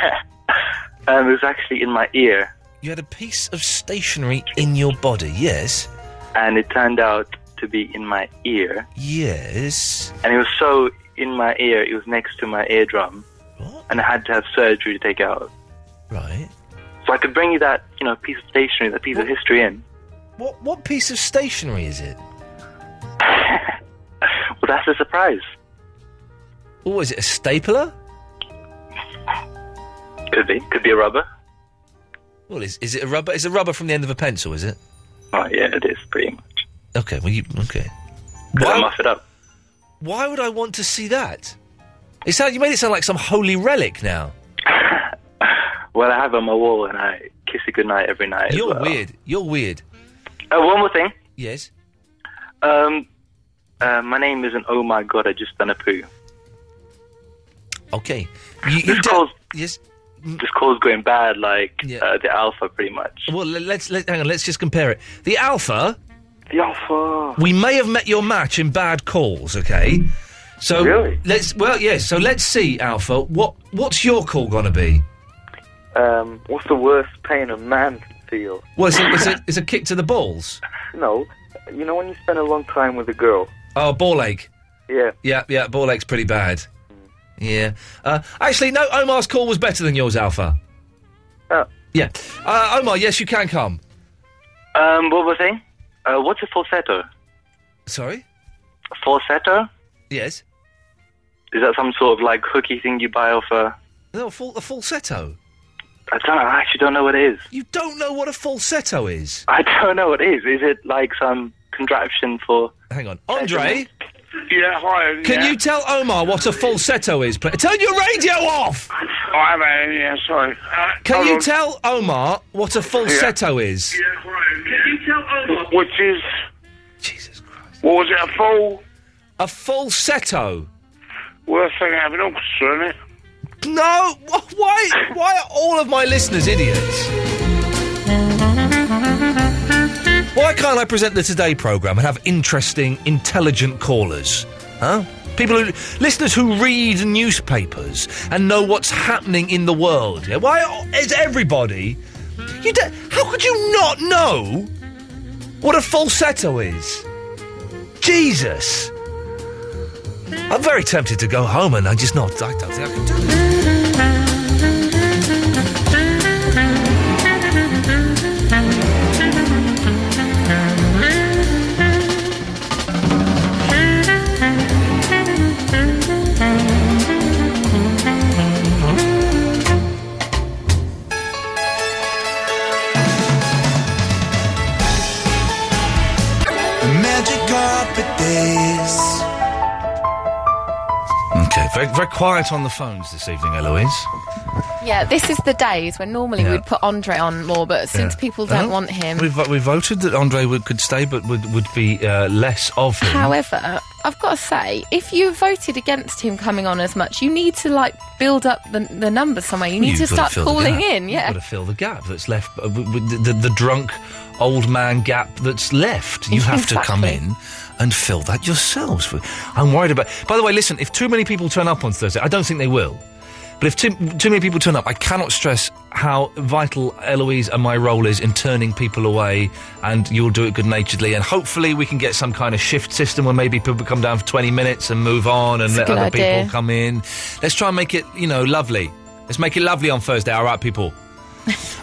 Speaker 21: um, it was actually in my ear,
Speaker 1: You had a piece of stationery in your body. Yes.
Speaker 21: and it turned out to be in my ear.
Speaker 1: Yes.
Speaker 21: And it was so in my ear, it was next to my eardrum. And I had to have surgery to take it out.
Speaker 1: Right.
Speaker 21: So I could bring you that, you know, piece of stationery, that piece of history in.
Speaker 1: What, what piece of stationery is it?
Speaker 21: Well, that's a surprise.
Speaker 1: Or Oh, is it a stapler?
Speaker 21: Could be. Could be a rubber.
Speaker 1: Well, is, is it a rubber? It's a rubber from the end of a pencil, is it?
Speaker 21: Oh, yeah, it is, pretty much.
Speaker 1: Okay, well, you, okay.
Speaker 21: Could I muff it up?
Speaker 1: Why would I want to see that? It sound, you made it sound like some holy relic now.
Speaker 21: Well, I have it on my wall, and I kiss it goodnight every night. as
Speaker 1: You're
Speaker 21: well.
Speaker 1: weird. You're weird.
Speaker 21: Uh, one more thing.
Speaker 1: Yes.
Speaker 21: Um, uh, my name isn't Oh My God, I Just Done a Poo.
Speaker 1: Okay.
Speaker 21: this, call's,
Speaker 1: yes.
Speaker 21: this call's going bad, like uh, the Alpha, pretty much.
Speaker 1: Well, le- let's let, hang on. Let's just compare it. The Alpha.
Speaker 21: The Alpha.
Speaker 1: We may have met your match in bad calls. Okay. So
Speaker 21: Really?
Speaker 1: let's. Well, yes. So let's see, Alpha. What what's your call gonna be?
Speaker 22: Um, what's the worst pain a man can feel?
Speaker 1: Well, it's a, it's a, it's a kick to the balls.
Speaker 22: No, you know when you spend a long time with a girl.
Speaker 1: Oh, ball ache.
Speaker 22: Yeah.
Speaker 1: Yeah, yeah. Ball ache's pretty bad. Yeah. Uh, actually, no. Omar's call was better than yours, Alpha.
Speaker 21: Oh.
Speaker 1: Yeah. Uh, Omar, yes, you can come.
Speaker 21: Um, what was I saying? Uh, what's a falsetto?
Speaker 1: Sorry.
Speaker 21: Falsetto?
Speaker 1: Yes.
Speaker 21: Is that some sort of like hooky thing you buy off a?
Speaker 1: No, a, fal- a falsetto.
Speaker 21: I don't know. I actually don't know what it is.
Speaker 1: You don't know what a falsetto is.
Speaker 21: I don't know what it is. Is it like some contraption for?
Speaker 1: Hang on, Andre.
Speaker 21: Yeah, hi.
Speaker 1: Can you tell Omar what a falsetto is? Pl- turn your radio off.
Speaker 22: I man, Oh, yeah, sorry. Uh,
Speaker 1: Can you tell Omar what a falsetto is?
Speaker 22: Which is. Jesus Christ. What was it, a full?
Speaker 1: A falsetto.
Speaker 22: Worst thing I ever done, considering it.
Speaker 1: No. wh- Why? Why are all of my listeners idiots? Why can't I present the Today program and have interesting, intelligent callers? Huh? People who listeners who read newspapers and know what's happening in the world. Yeah, Why is everybody? You don't- how could you not know what a falsetto is? Jesus! I'm very tempted to go home, and I just not. I don't think I can do it.
Speaker 3: Magic carpet days.
Speaker 1: Okay, very, very quiet on the phones this evening, Eloise.
Speaker 2: Yeah, this is the days when normally
Speaker 1: Yeah.
Speaker 2: we'd put Andre on more, but since
Speaker 1: Yeah. Uh-huh.
Speaker 2: people don't
Speaker 1: Well,
Speaker 2: want him.
Speaker 1: We vo- we voted that Andre would, could stay, but would would be uh, less of him.
Speaker 2: However, I've got to say, if you voted against him coming on as much, you need to like build up the, the numbers somewhere. You need
Speaker 1: You've
Speaker 2: to
Speaker 1: gotta
Speaker 2: start
Speaker 1: fill the
Speaker 2: calling
Speaker 1: gap.
Speaker 2: in.
Speaker 1: You've
Speaker 2: Yeah,
Speaker 1: got to fill the gap that's left, uh, w- w- the, the, the drunk old man gap that's left. You have to come
Speaker 2: Exactly.
Speaker 1: in and fill that yourselves. I'm worried about. By the way, listen, if too many people turn up on Thursday, I don't think they will. But if too, too many people turn up, I cannot stress how vital Eloise and my role is in turning people away, and you'll do it good naturedly. And hopefully, we can get some kind of shift system where maybe people come down for 20 minutes and move on and
Speaker 2: It's a
Speaker 1: let
Speaker 2: good
Speaker 1: other
Speaker 2: idea.
Speaker 1: people come in. Let's try and make it, you know, lovely. Let's make it lovely on Thursday, all right, people?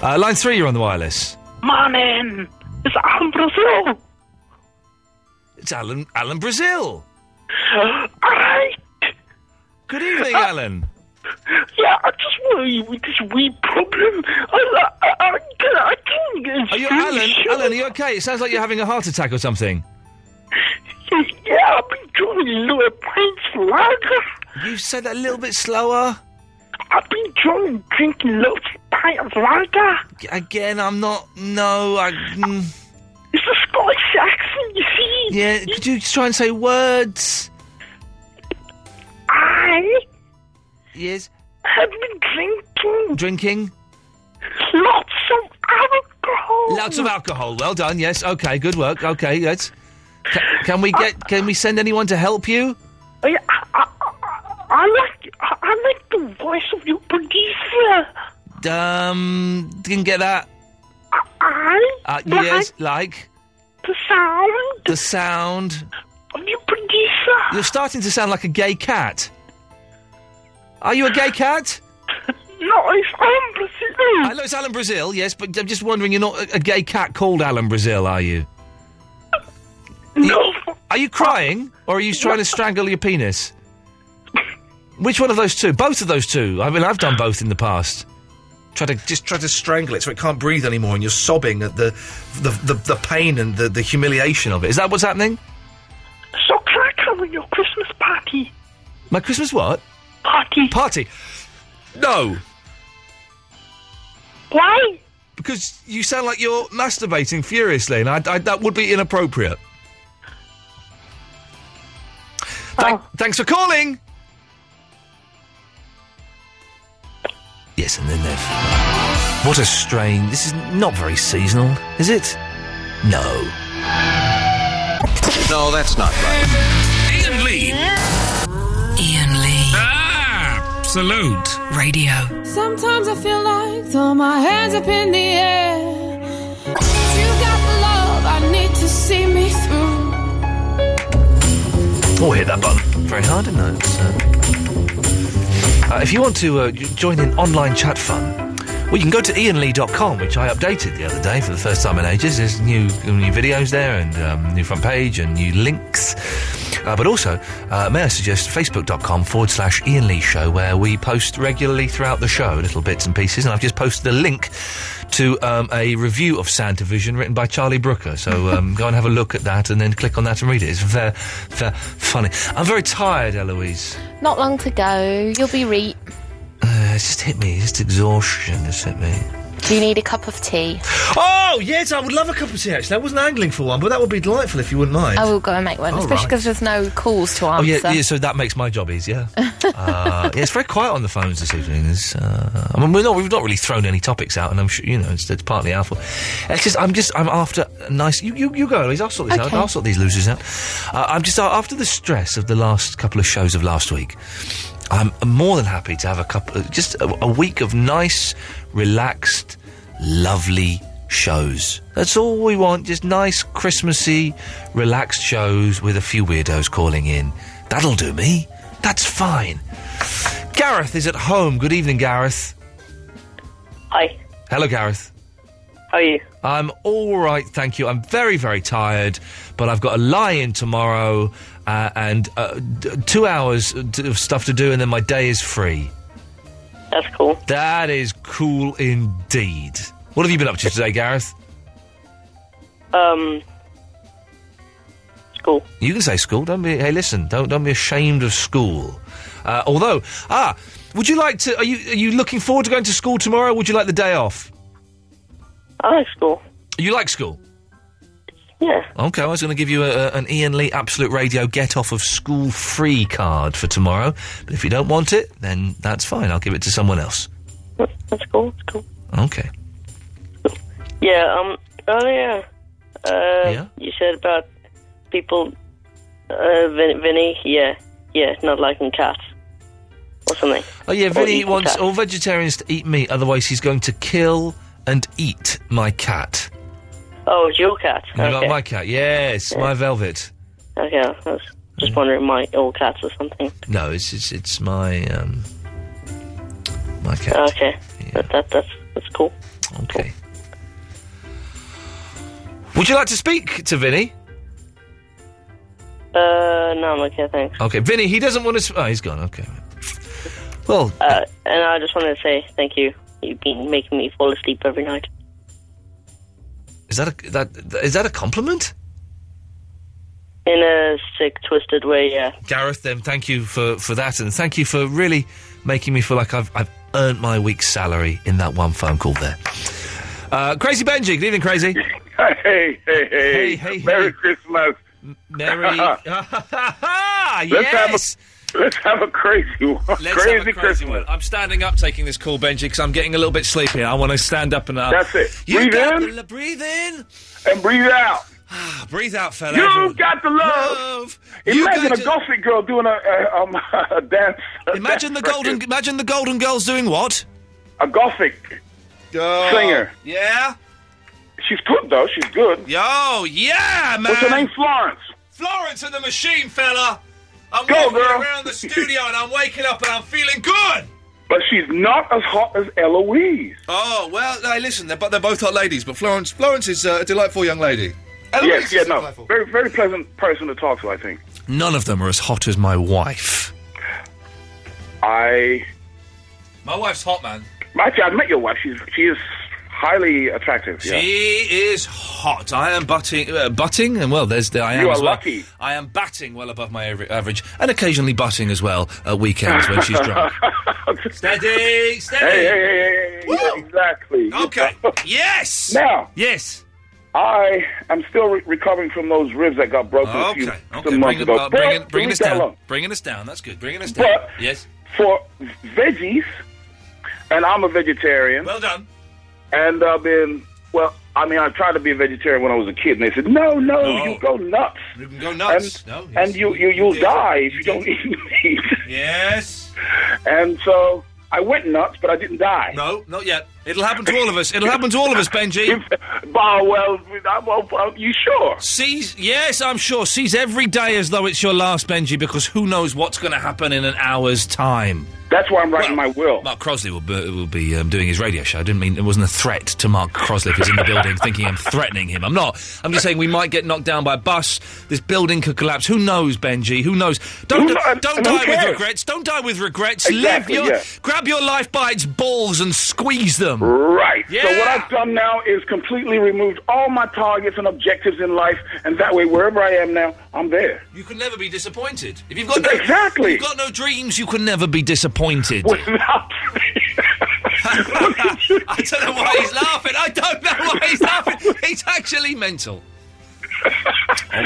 Speaker 1: uh, line three, you're on the wireless.
Speaker 3: Morning. It's Alan Brazil.
Speaker 1: It's Alan, Alan Brazil.
Speaker 3: Alright.
Speaker 1: Good evening, Alan.
Speaker 3: Yeah, I just want to with this wee
Speaker 1: Ian, are you okay? It sounds like you're having a heart attack or something.
Speaker 22: Yeah, I've been drawing a little pint lager.
Speaker 1: You said that a little bit slower.
Speaker 22: I've been drawing, drinking lots of pint of lager.
Speaker 1: Again, I'm not. No, I. Mm.
Speaker 22: It's a Scottish accent, you see.
Speaker 1: Yeah, could you just try and say words?
Speaker 22: I
Speaker 1: Yes.
Speaker 22: have been drinking
Speaker 1: Drinking?
Speaker 22: lots of alcohol.
Speaker 1: Lots of alcohol. Well done. Yes. Okay. Good work. Okay. Yes. Can, can we get? Can we send anyone to help you?
Speaker 22: I, I, I like I, I like the voice of your producer.
Speaker 1: Um. Didn't get that.
Speaker 22: I
Speaker 1: Uh,
Speaker 22: like
Speaker 1: yes. Like
Speaker 22: the sound
Speaker 1: the sound.
Speaker 22: of your producer.
Speaker 1: You're starting to sound like a gay cat. Are you a gay cat?
Speaker 22: No, it's Alan Brazil.
Speaker 1: I know it's Alan Brazil. Yes, but I'm just wondering. You're not a, a gay cat called Alan Brazil, are you? No. Are you crying, or are you trying to strangle your penis? Which one of those two? Both of those two. I mean, I've done both in the past. Try to just try to strangle it so it can't breathe anymore, and you're sobbing at the the, the, the pain and the, the humiliation of it. Is that what's happening?
Speaker 22: So can I come on your Christmas party?
Speaker 1: My Christmas what?
Speaker 22: Party.
Speaker 1: Party. No.
Speaker 22: Why?
Speaker 1: Because you sound like you're masturbating furiously, and I, I, that would be inappropriate. Thank, Thanks for calling. Yes, and then they've. What a strain. This is not very seasonal, is it? No.
Speaker 5: No, that's not right.
Speaker 4: Ian Lee.
Speaker 6: Ian Lee.
Speaker 4: Ah, salute.
Speaker 6: Radio.
Speaker 23: Sometimes I feel like throw my hands up in the air. If you got the love I need to see me through.
Speaker 1: Uh, Oh, hit that button. Very hard, isn't it? It's, uh, uh, if you want to uh, j- join in online chat fun, well, you can go to ianlee.com, which I updated the other day for the first time in ages. There's new new videos there and um, new front page and new links. Uh, but also, uh, may I suggest facebook.com forward slash Ian Lee Show, where we post regularly throughout the show little bits and pieces. And I've just posted a link to um, a review of Santa Vision written by Charlie Brooker. So um, go and have a look at that and then click on that and read it. It's very, very funny. I'm very tired, Eloise.
Speaker 2: Not long to go. You'll be reap.
Speaker 1: Uh, it's just hit me. Just exhaustion just hit me.
Speaker 2: Do you need a cup of tea?
Speaker 1: Oh, yes, I would love a cup of tea, actually. I wasn't angling for one, but that would be delightful if you wouldn't mind.
Speaker 2: I will go and make one,
Speaker 1: All
Speaker 2: especially
Speaker 1: right.
Speaker 2: because there's no calls to
Speaker 1: Oh,
Speaker 2: answer.
Speaker 1: yeah, yeah, so that makes my job easier. uh, yeah, it's very quiet on the phones this evening. It's, uh, I mean, we're not, we've not really thrown any topics out, and I'm sure, you know, it's, it's partly our fault. It's just, I'm just, I'm after a nice. You, you, you go, Eloise, I'll sort this out.
Speaker 24: Okay.
Speaker 1: I'll sort these losers out. Uh, I'm just, uh, after the stress of the last couple of shows of last week, I'm more than happy to have a couple, uh, just a, a week of nice, relaxed, lovely shows. That's all we want, just nice, Christmassy, relaxed shows with a few weirdos calling in. That'll do me. That's fine. Gareth is at home. Good evening, Gareth.
Speaker 25: Hi,
Speaker 1: Hello, Gareth.
Speaker 25: how are you?
Speaker 1: I'm all right, thank you. I'm very, very tired, but I've got a lie in tomorrow uh, and uh, d- two hours t- of stuff to do, and then my day is free.
Speaker 25: That's cool.
Speaker 1: That is cool indeed. What have you been up to today, Gareth?
Speaker 25: Um, school.
Speaker 1: You can say school. Don't be. Hey, listen. Don't don't be ashamed of school. Uh, although, ah, would you like to? Are you are you looking forward to going to school tomorrow? Or would you like the day off?
Speaker 25: I like school.
Speaker 1: You like school?
Speaker 25: Yeah.
Speaker 1: Okay, I was going to give you a, a- an Ian Lee Absolute Radio get off of school free card for tomorrow. But if you don't want it, then that's fine. I'll give it to someone else.
Speaker 25: That's cool. That's cool.
Speaker 1: Okay.
Speaker 25: Yeah. Um. Earlier, uh, you said about people, uh, Vin- Vinny. Yeah. Yeah. Not liking cats or something.
Speaker 1: Oh yeah,
Speaker 25: Or
Speaker 1: Vinny
Speaker 25: eating
Speaker 1: wants
Speaker 25: cats.
Speaker 1: all vegetarians to eat meat, otherwise he's going to kill and eat my cat.
Speaker 25: Oh, it's your cat.
Speaker 1: You
Speaker 25: okay.
Speaker 1: like my cat? Yes, my velvet.
Speaker 25: Okay. I was
Speaker 1: Mm.
Speaker 25: just wondering, my old cats or something.
Speaker 1: No, it's it's, it's my um, my cat.
Speaker 25: Oh, Okay. That, that that's that's cool.
Speaker 1: Okay. Would you like to speak to Vinny?
Speaker 25: Uh, no, I'm okay. Thanks.
Speaker 1: Okay, Vinny, he doesn't want to. Sp- oh, he's gone. Okay. Well,
Speaker 25: Uh, and I just wanted to say thank you. You've been making me fall asleep every night.
Speaker 1: Is that a, that that- is that a compliment?
Speaker 25: In a sick, twisted way, yeah.
Speaker 1: Gareth, then thank you for, for that, and thank you for really making me feel like I've, I've earned my week's salary in that one phone call there. Uh, Crazy Benji, good evening, Crazy.
Speaker 5: Hey, hey, hey. Merry Christmas.
Speaker 1: Merry.
Speaker 5: Let's
Speaker 1: yes!
Speaker 5: have a, let's have a crazy one.
Speaker 1: Let's
Speaker 5: crazy
Speaker 1: have a crazy
Speaker 5: Christmas.
Speaker 1: one. I'm standing up taking this call, Benji, because I'm getting a little bit sleepy. I want to stand up and uh,
Speaker 5: That's it.
Speaker 1: You
Speaker 5: breathe
Speaker 1: got
Speaker 5: in.
Speaker 1: breathe in.
Speaker 5: And breathe out.
Speaker 1: breathe out, fella.
Speaker 5: You
Speaker 1: Everyone-
Speaker 5: got the love.
Speaker 1: You
Speaker 5: Imagine
Speaker 1: got
Speaker 5: a
Speaker 1: to-
Speaker 5: gossip girl doing a, a, um, a dance. a
Speaker 1: Imagine the
Speaker 5: dance
Speaker 1: golden.
Speaker 5: record.
Speaker 1: Imagine the Golden Girls doing what?
Speaker 5: A gothic singer.
Speaker 1: Yeah.
Speaker 5: She's good though. She's good.
Speaker 1: Yo, yeah, man.
Speaker 5: What's her name? Florence.
Speaker 1: Florence and the Machine, fella. I'm
Speaker 5: Go,
Speaker 1: walking
Speaker 5: girl.
Speaker 1: around the studio and I'm waking up and I'm feeling good.
Speaker 5: But she's not as hot as Eloise.
Speaker 8: Oh well, hey, listen, they're, but they're both hot ladies. But Florence, Florence is uh, a delightful young lady.
Speaker 5: yes, yeah, no. Very, very pleasant person to talk to. I think.
Speaker 1: None of them are as hot as my wife.
Speaker 5: I.
Speaker 1: My wife's hot, man.
Speaker 5: Actually, I've met your wife. She's she is highly attractive.
Speaker 1: She
Speaker 5: yeah.
Speaker 1: is hot. I am butting, uh, butting, and well, there's the I am
Speaker 5: You are
Speaker 1: as well.
Speaker 5: lucky.
Speaker 1: I am batting well above my aver- average, and occasionally butting as well at weekends when she's drunk. steady, steady.
Speaker 5: Hey, hey, hey, hey, hey, yeah, exactly.
Speaker 1: Okay. yes.
Speaker 5: Now.
Speaker 1: Yes.
Speaker 5: I am still re- recovering from those ribs that got broken a few
Speaker 1: Okay, okay.
Speaker 5: some months
Speaker 1: Bringing,
Speaker 5: ago.
Speaker 1: uh, bringing,
Speaker 5: But
Speaker 1: bringing us
Speaker 5: leave that
Speaker 1: down.
Speaker 5: alone.
Speaker 1: Bringing us down. That's good. Bringing us down.
Speaker 5: But-
Speaker 1: yes.
Speaker 5: for veggies, and I'm a vegetarian. Well
Speaker 1: done.
Speaker 5: And I've been well. I mean, I tried to be a vegetarian when I was a kid, and they said, "No, no, you go nuts. You
Speaker 1: can go nuts.
Speaker 5: And,
Speaker 1: No, yes,
Speaker 5: and you, you,
Speaker 1: you
Speaker 5: you'll
Speaker 1: did.
Speaker 5: die if you don't eat meat."
Speaker 1: Yes.
Speaker 5: And so I went nuts, but I didn't die.
Speaker 1: No, not yet. It'll happen to all of us. It'll happen to all of us, Benji.
Speaker 5: Bah, well, I'm, I'm- you sure?
Speaker 1: Seize, yes, I'm sure. Seize every day as though it's your last, Benji, because who knows what's going to happen in an hour's time.
Speaker 5: That's why I'm writing my will.
Speaker 1: Mark Crosley will be, will be um, doing his radio show. I didn't mean it wasn't a threat to Mark Crosley if he's in the building thinking I'm threatening him. I'm not. I'm just saying we might get knocked down by a bus. This building could collapse. Who knows, Benji? Who knows? Don't,
Speaker 5: Who kno-
Speaker 1: don't
Speaker 5: and who
Speaker 1: die with
Speaker 5: cares?
Speaker 1: regrets. Don't die with regrets.
Speaker 5: Exactly,
Speaker 1: Live your,
Speaker 5: yeah.
Speaker 1: Grab your life by its balls and squeeze them.
Speaker 5: Right.
Speaker 1: Yeah.
Speaker 5: So what I've done now is completely removed all my targets and objectives in life, and that way, wherever I am now, I'm there.
Speaker 1: You can never be disappointed. If you've got no,
Speaker 5: Exactly.
Speaker 1: if you've got no dreams, you can never be disappointed. I don't know why he's laughing. I don't know why he's laughing. He's actually mental.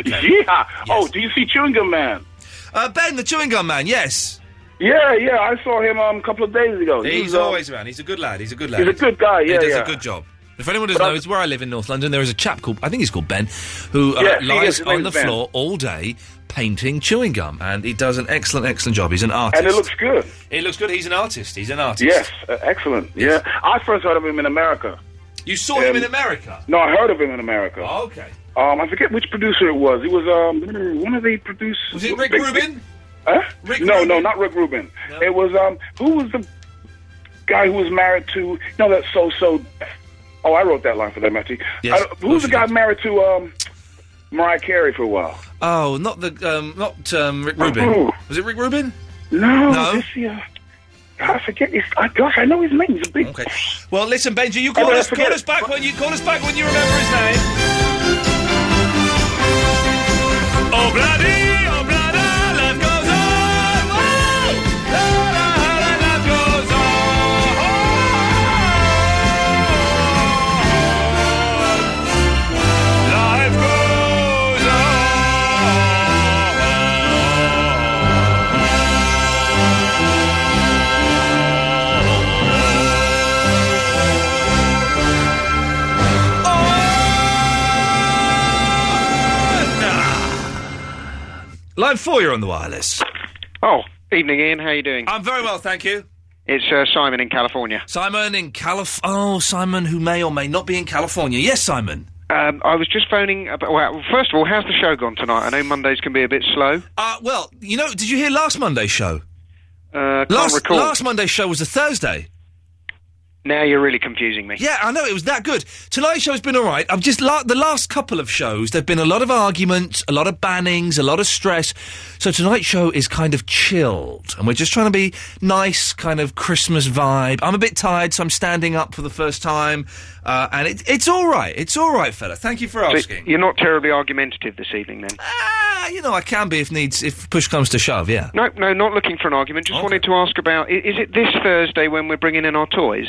Speaker 5: Yeah. Oh, do you see Chewing Gum Man?
Speaker 1: Uh, ben, the Chewing Gum Man. Yes.
Speaker 5: Yeah, yeah. I saw him um, a couple of days ago.
Speaker 1: He's,
Speaker 5: um,
Speaker 1: always around. He's a good lad. He's a good lad.
Speaker 5: He's a good guy, yeah,
Speaker 1: he does
Speaker 5: yeah.
Speaker 1: a good job. If anyone doesn't know, it's where I live in North London. There is a chap called I think he's called Ben, who uh,
Speaker 5: Yes, he is.
Speaker 1: lies
Speaker 5: His
Speaker 1: on
Speaker 5: name's
Speaker 1: the
Speaker 5: Ben.
Speaker 1: floor all day painting chewing gum, and he does an excellent, excellent job. He's an artist.
Speaker 5: And it looks good.
Speaker 1: It looks good. He's an artist. He's an artist.
Speaker 5: Yes, uh, excellent. Yeah. I first heard of him in America. Um,
Speaker 1: You saw him in America.
Speaker 5: No, I heard of him in America.
Speaker 1: Oh, okay.
Speaker 5: Um, I forget which producer it was. He was um, one of the producers.
Speaker 1: Was it Rick
Speaker 5: Big-
Speaker 1: Rubin?
Speaker 5: Huh? no, no, not Rick Rubin. It was um, who was the guy who was married to? No, that's so so. Oh, I wrote that line for that, Matty.
Speaker 1: Yes,
Speaker 5: I- who was the guy married to um, Mariah Carey for a while?
Speaker 1: Oh, not the um, not um, Rick Rubin.
Speaker 5: Oh.
Speaker 1: Was it Rick Rubin?
Speaker 5: No,
Speaker 1: No.
Speaker 5: This, uh, I forget. His, I, gosh, I know his name. He's a big.
Speaker 1: Okay. Well, listen, Benji, you call
Speaker 5: Oh, I
Speaker 1: us call
Speaker 5: forget.
Speaker 1: us back when you call us back when you remember his name. Oh bloody, oh bloody, life goes on. Whoa! La, la, la, la, life goes on. Life goes Line four, you're on the wireless.
Speaker 10: Oh, evening, Ian. How you doing?
Speaker 1: I'm very well, thank you.
Speaker 10: It's uh, Simon in California.
Speaker 1: Simon in Calif. Oh, Simon, who may or may not be in California. Yes, Simon.
Speaker 10: Um, I was just phoning. About, well, first of all, how's the show gone tonight? I know Mondays can be a bit slow.
Speaker 1: Uh, well, you know, did you hear last Monday's show?
Speaker 10: Uh, can't
Speaker 1: last
Speaker 10: recall.
Speaker 1: last Monday's show was a Thursday.
Speaker 10: Now you're really confusing me.
Speaker 1: Yeah, I know it was that good. Tonight's show's been all right. I'm just la- the last couple of shows. There've been a lot of arguments, a lot of bannings, a lot of stress. So tonight's show is kind of chilled, and we're just trying to be nice, kind of Christmas vibe. I'm a bit tired, so I'm standing up for the first time, uh, and it, it's all right. It's all right, fella. Thank you for
Speaker 10: So
Speaker 1: asking.
Speaker 10: you're not terribly argumentative this evening, then.
Speaker 1: Ah, you know I can be if needs if push comes to shove. Yeah.
Speaker 10: No, no, not looking for an argument. Just wanted to ask about i- is it this Thursday when we're bringing in our toys?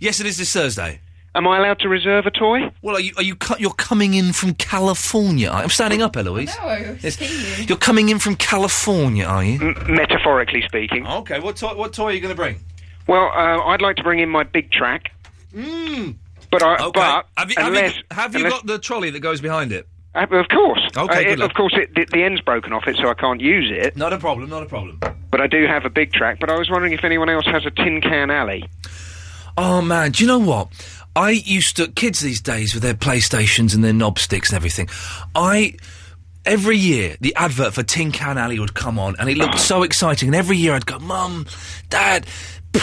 Speaker 1: Yes, it is this Thursday.
Speaker 10: Am I allowed to reserve a toy?
Speaker 1: Well, are you are you cu- you're coming in from California? I'm standing up, Eloise.
Speaker 2: No,
Speaker 1: Yes. You're coming in from California, are you?
Speaker 10: metaphorically speaking.
Speaker 1: Okay, what toy, what toy are you going to bring?
Speaker 10: Well, uh, I'd like to bring in my big track.
Speaker 1: Mm.
Speaker 10: But I,
Speaker 1: Okay.
Speaker 10: but
Speaker 1: have you,
Speaker 10: unless,
Speaker 1: have you, have you
Speaker 10: unless-
Speaker 1: got the trolley that goes behind it?
Speaker 10: Uh, Of course.
Speaker 1: Okay,
Speaker 10: Uh,
Speaker 1: good
Speaker 10: it-
Speaker 1: luck.
Speaker 10: of course, it, the, the end's broken off it, so I can't use it.
Speaker 1: Not a problem. Not a problem.
Speaker 10: But I do have a big track. But I was wondering if anyone else has a tin can alley.
Speaker 1: Oh man, do you know what? I used to kids these days with their PlayStations and their knob sticks and everything. I every year the advert for Tin Can Alley would come on and it looked so exciting. And every year I'd go, Mum, Dad,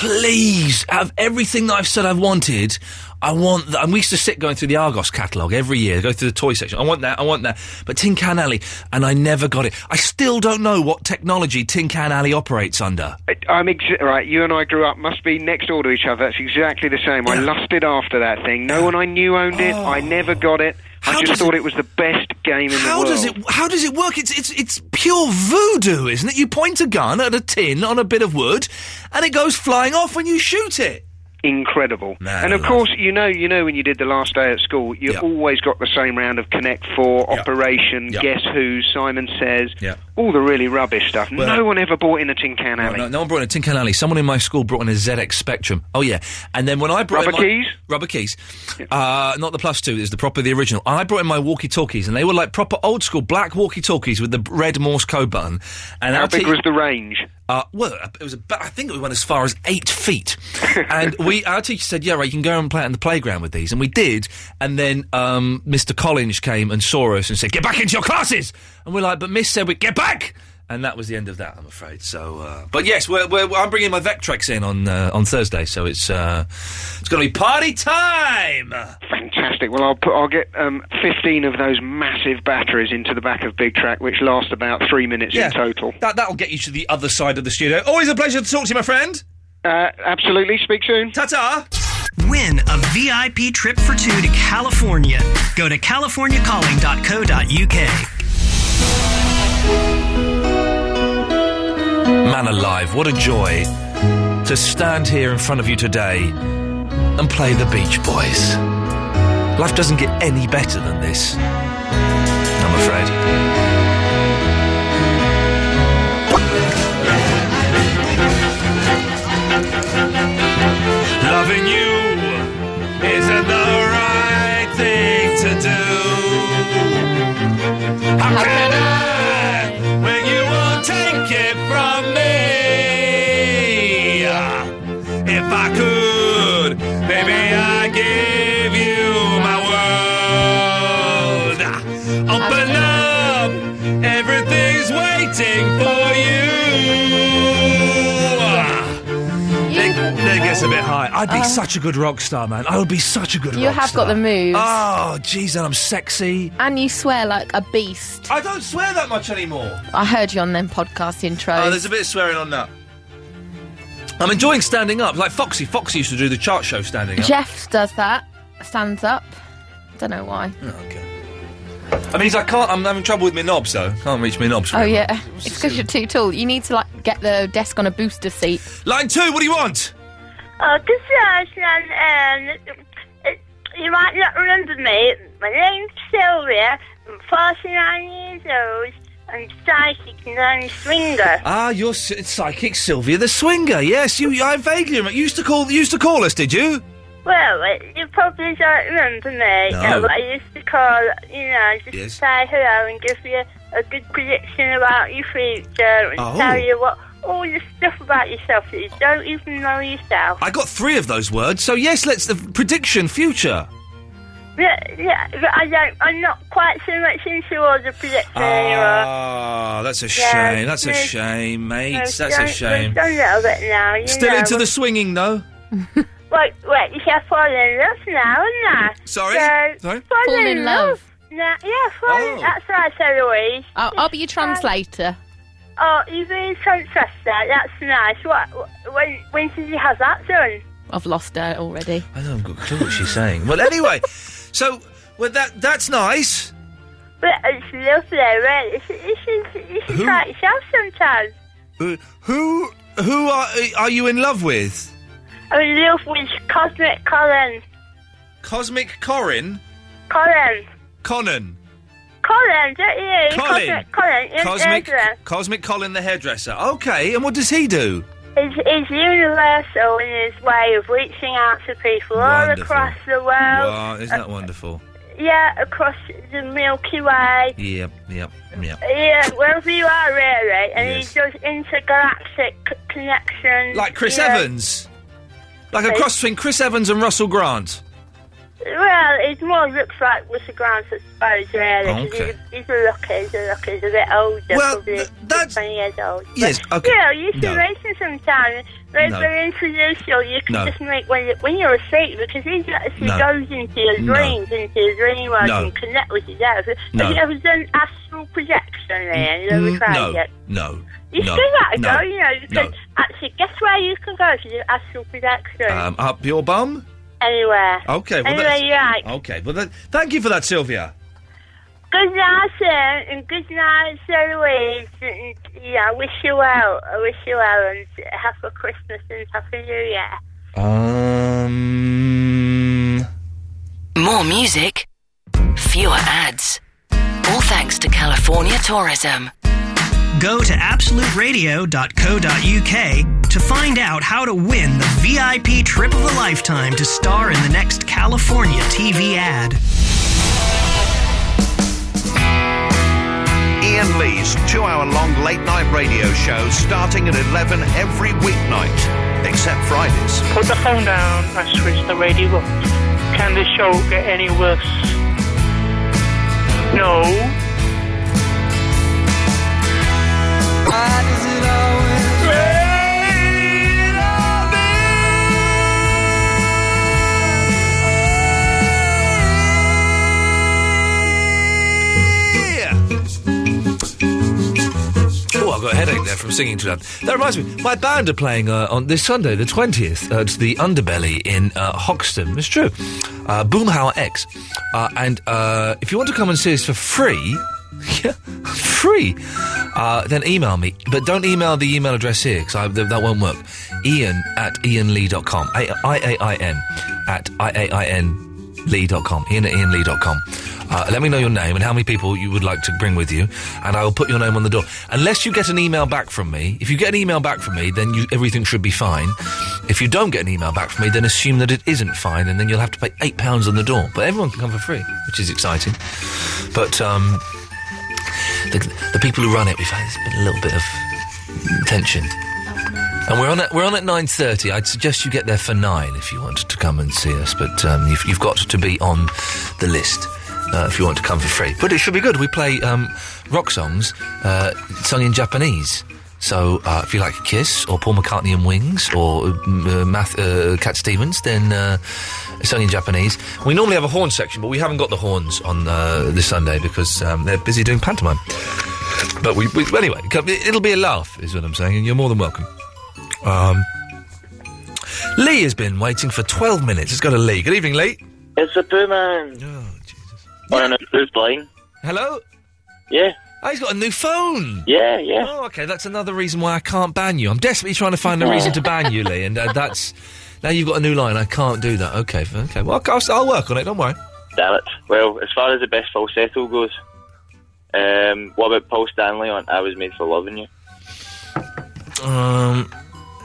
Speaker 1: please have everything that I've said I've wanted. I want that. And we used to sit going through the Argos catalogue every year, go through the toy section. I want that. I want that. But Tin Can Alley, and I never got it. I still don't know what technology Tin Can Alley operates under.
Speaker 10: It- I'm ex- right. You and I grew up, must be next door to each other. That's exactly the same. I lusted after that thing. No one I knew owned it. I
Speaker 1: Oh.
Speaker 10: never got it. I just thought it, was the best game in
Speaker 1: How
Speaker 10: the world.
Speaker 1: does it? How does it work? It's it's it's pure voodoo, isn't it? You point a gun at a tin on a bit of wood, and it goes flying off when you shoot it.
Speaker 10: Incredible. and of
Speaker 1: Uh,
Speaker 10: course, you know, you know, when you did the last day at school, you always got the same round of Connect Four, Operation,
Speaker 1: Yeah.
Speaker 10: Guess Who, Simon Says,
Speaker 1: Yeah.
Speaker 10: all the really rubbish stuff.
Speaker 1: Well-
Speaker 10: no one ever bought in a tin can alley.
Speaker 1: No, no one brought in a tin can alley. Someone in my school brought in a ZX Spectrum. Oh yeah, and then when I brought
Speaker 10: Rubber
Speaker 1: in my, keys, rubber keys, uh, not the plus two, is the proper the original. And I brought in my walkie talkies, and they were like proper old school black walkie talkies with the b- red Morse code button. And
Speaker 10: How
Speaker 1: our
Speaker 10: big
Speaker 1: tea-
Speaker 10: was the range?
Speaker 1: Uh, well, it was about, I think it went as far as eight feet. and we, our teacher said, yeah, right, you can go and play on the playground with these. And we did. And then um, Mr. Collins came and saw us and said, get back into your classes. And we're like, but Miss said, we get back. And that was the end of that, I'm afraid. So, uh, but yes, we're, we're, I'm bringing my Vectrex in on uh, on Thursday, so it's uh, it's going to be party time.
Speaker 10: Fantastic. Well, I'll put, I'll get um, fifteen of those massive batteries into the back of Big Track, which last about three minutes
Speaker 1: Yeah.
Speaker 10: in total.
Speaker 1: That that'll get you to the other side of the studio. Always a pleasure to talk to you, my friend.
Speaker 10: Uh, absolutely. Speak soon.
Speaker 1: Ta-ta.
Speaker 12: Win a VIP trip for two to California. Go to californiacalling.co.uk.
Speaker 1: Man alive, what a joy to stand here in front of you today and play the Beach Boys. Life doesn't get any better than this, I'm afraid.
Speaker 3: Loving you isn't the right thing to do. How can I when you won't take it from me? If I could, baby, I give you my world. Open up, everything's waiting for you.
Speaker 1: That gets a bit high. I'd be
Speaker 2: Uh,
Speaker 1: such a good rock star, man. I would be such a good
Speaker 2: You
Speaker 1: rock
Speaker 2: have
Speaker 1: star.
Speaker 2: got the moves.
Speaker 1: Oh, jeez, and I'm sexy.
Speaker 2: And you swear like a beast.
Speaker 1: I don't swear that much anymore.
Speaker 2: I heard you on them podcast intros.
Speaker 1: Oh, there's a bit of swearing on that. I'm enjoying standing up. Like Foxy. Foxy used to do the chart show standing up.
Speaker 2: Jeff does that. Stands up. Don't know why.
Speaker 1: I mean, I can't. I'm having trouble with my knobs, though. Can't reach my knobs.
Speaker 2: Oh yeah, it's because you're too tall. You need to like get the desk on a booster seat.
Speaker 1: Line two, what do you want?
Speaker 13: Oh, this is and um, it, you might not remember me. My name's Sylvia. I'm 49 years old. I'm psychic and I'm a swinger.
Speaker 1: Ah, you're s- psychic Sylvia the Swinger. Yes, you. I vaguely remember. You used to call. You used to call us, did you?
Speaker 13: Well, uh, you probably don't remember me.
Speaker 1: No.
Speaker 13: uh, but I used to call, you know, just
Speaker 1: Yes.
Speaker 13: say hello and give you a good prediction about your future and
Speaker 1: Oh.
Speaker 13: tell you what all the stuff about yourself that you don't even know yourself.
Speaker 1: I got three of those words. So yes, let's the prediction future.
Speaker 13: Yeah, yeah, but I don't. I'm not quite so much into all the predictions anymore.
Speaker 1: Ah, that's a
Speaker 13: Yeah,
Speaker 1: shame. That's a
Speaker 13: there's-
Speaker 1: shame, mate.
Speaker 13: No,
Speaker 1: That's a
Speaker 13: don't-
Speaker 1: shame.
Speaker 13: there's A little bit now. you
Speaker 1: Still
Speaker 13: know.
Speaker 1: into the swinging, though.
Speaker 26: Wait, wait, you can't fall in love now, nah.
Speaker 2: Sorry?
Speaker 26: So,
Speaker 2: Sorry?
Speaker 26: Fall,
Speaker 2: Fall in love.
Speaker 26: Nah, yeah, fall
Speaker 1: Oh.
Speaker 26: in, that's right, so Louise.
Speaker 2: I'll, I'll be your translator.
Speaker 26: Oh, you've been so interested, that's nice. What, when, when did you have that done?
Speaker 2: I've lost her already.
Speaker 1: I don't have a clue what she's saying. Well, anyway, so well that that's nice.
Speaker 26: But it's lovely, right? It's, it's, it's, it's just
Speaker 1: Who-
Speaker 26: like yourself sometimes.
Speaker 1: Uh, who who are uh, are you in love with?
Speaker 26: I'm in love with Cosmic Colin.
Speaker 1: Cosmic Corin,
Speaker 26: Colin.
Speaker 1: Conan,
Speaker 26: Colin, don't you?
Speaker 1: Colin.
Speaker 26: Cosmic Colin. in
Speaker 1: Cosmic
Speaker 26: Ezra.
Speaker 1: Cosmic Colin the hairdresser. Okay, and what does he do?
Speaker 26: It's, it's universal in his way of reaching out to people all
Speaker 1: Wonderful.
Speaker 26: across the world.
Speaker 1: wow, isn't
Speaker 26: Uh,
Speaker 1: that wonderful?
Speaker 26: yeah, across the Milky Way.
Speaker 1: Yep, yep, yep.
Speaker 26: Yeah, wherever you are, really. And
Speaker 1: Yes.
Speaker 26: he does intergalactic c- connections.
Speaker 1: Like Chris
Speaker 26: you know.
Speaker 1: Evans, like a cross between Chris Evans and Russell Grant.
Speaker 26: Well, it more looks like Whistle Grant, I suppose, really. 'cause
Speaker 1: Okay.
Speaker 26: He's, a, he's a looker, he's a looker, he's a bit older,
Speaker 1: Well,
Speaker 26: probably
Speaker 1: th- that's-
Speaker 26: 20 years old.
Speaker 1: Yes, okay.
Speaker 26: Yeah, you should
Speaker 1: No.
Speaker 26: race him sometime. When
Speaker 1: No.
Speaker 26: they introduce you, you can
Speaker 1: No.
Speaker 26: just make when, you, when you're asleep because he actually
Speaker 1: No.
Speaker 26: goes into your
Speaker 1: No.
Speaker 26: dreams, into your dream world,
Speaker 1: No.
Speaker 26: and connect with you there. Have
Speaker 1: No.
Speaker 26: you ever done astral projection, Ian? You ever
Speaker 1: Mm,
Speaker 26: tried
Speaker 1: no,
Speaker 26: it?
Speaker 1: no,
Speaker 26: You
Speaker 1: no,
Speaker 26: should give that a
Speaker 1: no,
Speaker 26: go, you know, you
Speaker 1: no.
Speaker 26: can actually guess where you can go to do astral projection.
Speaker 1: Um, up your bum.
Speaker 26: Anywhere.
Speaker 1: Uh, Okay. Well,
Speaker 26: Anywhere
Speaker 1: that's- Oh.
Speaker 26: you like.
Speaker 1: Okay. Well, that, thank you for that, Sylvia.
Speaker 26: Good night, sir, and good night, Sir Louise. And, yeah, I wish you well. I wish you well, and have a Christmas and Happy New Year.
Speaker 1: Um.
Speaker 6: More music, fewer ads. All thanks to California Tourism.
Speaker 12: Go to absoluteradio.co.uk to find out how to win the VIP trip of a lifetime to star in the next California TV ad.
Speaker 19: Ian Lee's two hour long late night radio show starting at 11 every weeknight, except Fridays.
Speaker 11: Put the phone down and switch the radio up. Can the show get any worse? No.
Speaker 3: Why does it always rain on me?
Speaker 1: Oh, I've got a headache there from singing too loud. That reminds me, my band are playing uh, on this Sunday, the 20th, uh, it's the Underbelly in uh, Hoxton. It's true. Uh, Boomhauer X. Uh, and uh, if you want to come and see us for free, yeah, free, uh, then email me. But don't email the email address here, because th- that won't work. Ian at ianlee.com. A- I-A-I-N at I-A-I-N lee.com, ian at ianlee.com. Uh, let me know your name and how many people you would like to bring with you, and I will put your name on the door. Unless you get an email back from me, if you get an email back from me, then you, everything should be fine. If you don't get an email back from me, then assume that it isn't fine, and then you'll have to pay £8 on the door. But everyone can come for free, which is exciting. But um, the, the people who run it, we've had it's been a little bit of tension. And we're on at we're on at nine thirty. I'd suggest you get there for nine if you want to come and see us. But um, you've, you've got to be on the list uh, if you want to come for free. But it should be good. We play um, rock songs uh, sung in Japanese. So uh, if you like Kiss or Paul McCartney and Wings or um, uh, Math, uh, Cat Stevens, then uh, it's sung in Japanese. We normally have a horn section, but we haven't got the horns on uh, this Sunday because um, they're busy doing pantomime. But we, we anyway, it'll be a laugh, is what I'm saying, and you're more than welcome. Um, Lee has been waiting for 12 minutes. Let's go to Lee. Good evening, Lee.
Speaker 27: It's a poo man. Oh, I don't know who's blind.
Speaker 1: Hello?
Speaker 27: Yeah.
Speaker 1: Oh, he's got a new phone.
Speaker 27: Yeah, yeah.
Speaker 1: Oh, okay. That's another reason why I can't ban you. I'm desperately trying to find a reason to ban you, Lee, and uh, that's. Now you've got a new line. I can't do that. Okay, f- okay. Well, I'll, I'll work on it. Don't worry.
Speaker 27: Damn it. Well, as far as the best falsetto goes, um, what about Paul Stanley on I Was Made for Loving You?
Speaker 1: Um,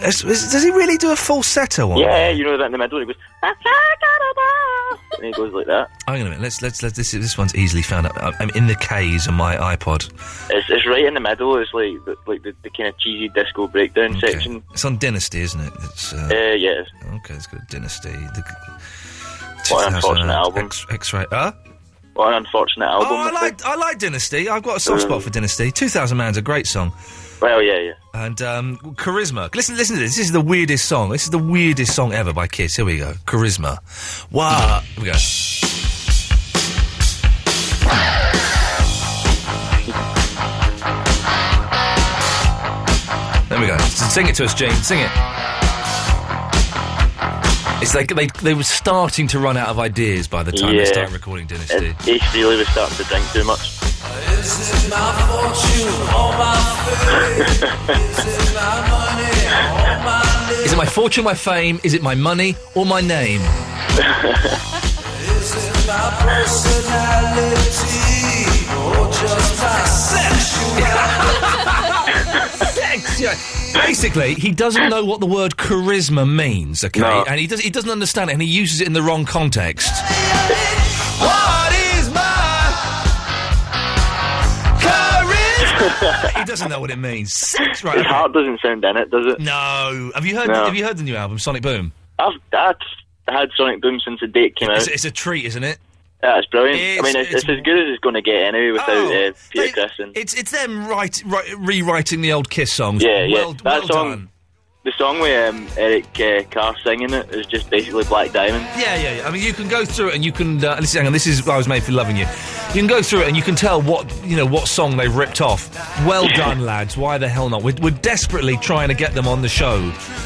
Speaker 1: is- is- does he really do a falsetto on?
Speaker 27: Yeah, you know that in the middle, he goes, and he goes like that.
Speaker 1: Hang on a minute. Let's let's let this this one's easily found out. Uh, I'm- I'm in the K's on my iPod.
Speaker 27: It's, it's right in the middle, it's like the, like the, the kind of cheesy disco breakdown section.
Speaker 1: It's on Dynasty, isn't it? It's uh,
Speaker 27: Uh, yes.
Speaker 1: okay. It's got Dynasty. The,
Speaker 27: What an unfortunate album.
Speaker 1: X, X-ray. Huh?
Speaker 27: What an unfortunate album.
Speaker 1: Oh, I like I like Dynasty. I've got a soft spot for Dynasty. Two thousand man's a great song.
Speaker 14: Well, yeah, yeah.
Speaker 1: And um, charisma. Listen, listen to this. This is the weirdest song. This is the weirdest song ever by Kiss. Here we go. Charisma. Wow. Here we go. There we go. S- Sing it to us, Gene. Sing it. It's like they they were starting to run out of ideas by the time
Speaker 14: yeah.
Speaker 1: they started recording Dynasty.
Speaker 14: And Ace Frehley was starting to drink too much.
Speaker 3: My fortune, all my faith. This is my money, all my
Speaker 1: Is it my fortune, my fame? Is it my money or my name?
Speaker 3: This is my personality, or just my sexuality.
Speaker 1: Basically, he doesn't know what the word charisma means, okay?
Speaker 3: No.
Speaker 1: And he, does, he doesn't understand it, and he uses it in the wrong context.
Speaker 3: What is my charisma?
Speaker 1: he doesn't know what it means. Sex,
Speaker 14: His
Speaker 1: right? okay.
Speaker 14: heart doesn't sound in it, does it?
Speaker 1: No. Have you heard?
Speaker 14: No.
Speaker 1: Have you heard the new album, Sonic Boom?
Speaker 14: I've, I've Oh, had Sonic Boom since the date came
Speaker 1: It's,
Speaker 14: out.
Speaker 1: it's a treat, isn't it?
Speaker 14: That's brilliant. I
Speaker 1: it's-
Speaker 14: mean, it's,
Speaker 1: it's-
Speaker 14: it's, as good as it's going to get anyway without
Speaker 1: Oh,
Speaker 14: uh, Peter Christian.
Speaker 1: It's it's them right, right rewriting the old Kiss songs.
Speaker 14: Yeah, yeah.
Speaker 1: Well,
Speaker 14: that
Speaker 1: well
Speaker 14: song,
Speaker 1: done.
Speaker 14: the song with um, Eric uh, Carr singing it is just basically Black Diamond.
Speaker 1: Yeah, yeah, yeah. I mean, you can go through it and you can uh, listen. Hang on, this is I was made for loving you. You can go through it and you can tell what you know what song they ripped off. Well done, lads. Why the hell not? We're, we're desperately trying to get them on the show.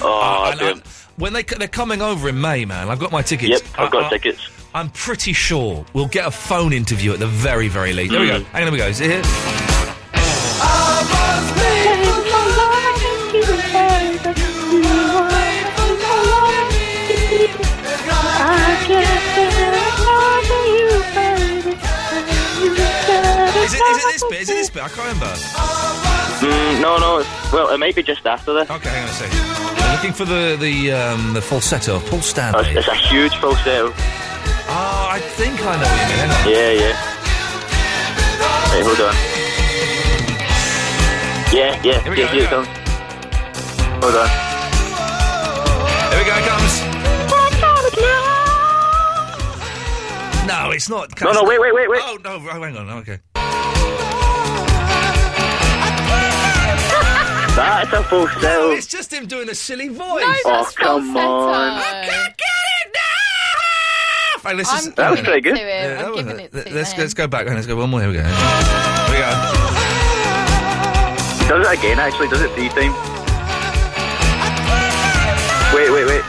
Speaker 1: Uh,
Speaker 14: Oh,
Speaker 1: and I- when they c- they're coming over in May, man. I've got my tickets.
Speaker 14: Yep, I've got
Speaker 1: I- I-
Speaker 14: tickets.
Speaker 1: I'm pretty sure we'll get a phone interview at the very, very least. There we go.
Speaker 14: Mm.
Speaker 1: Hang on, there we go. Is it here? Is it, is it this bit? Is it this bit? I can't remember.
Speaker 14: Mm, no, no. It's, well, it might be just after this.
Speaker 1: Okay, hang on a second. I'm looking for the the um, the falsetto of Paul Stanley.
Speaker 14: It's, it's a huge falsetto.
Speaker 1: Oh, I think I know what you mean. Hang on.
Speaker 14: Yeah, yeah. Right, hold on. Yeah, yeah,
Speaker 1: Here we
Speaker 14: yeah, here
Speaker 1: go,
Speaker 14: it
Speaker 1: here we
Speaker 14: comes. Hold on.
Speaker 1: Here we go, it comes. No, it's not.
Speaker 14: No, no, wait, wait, wait, wait.
Speaker 1: Oh, no, oh, hang on, okay.
Speaker 14: That's a falsetto.
Speaker 1: No, Oh, it's just him doing a silly voice.
Speaker 14: oh, come on.
Speaker 1: Right, let's
Speaker 14: I'm giving
Speaker 1: just-
Speaker 14: That was
Speaker 1: hang on.
Speaker 14: pretty good.
Speaker 2: to it. I'm
Speaker 1: that was-
Speaker 2: giving it
Speaker 1: let-
Speaker 2: to
Speaker 1: let's,
Speaker 2: them.
Speaker 1: let's go back. Hang on, Let's go one more. Here we go. Here we go.
Speaker 14: Does it again, actually? Does it three times? Wait, wait, wait.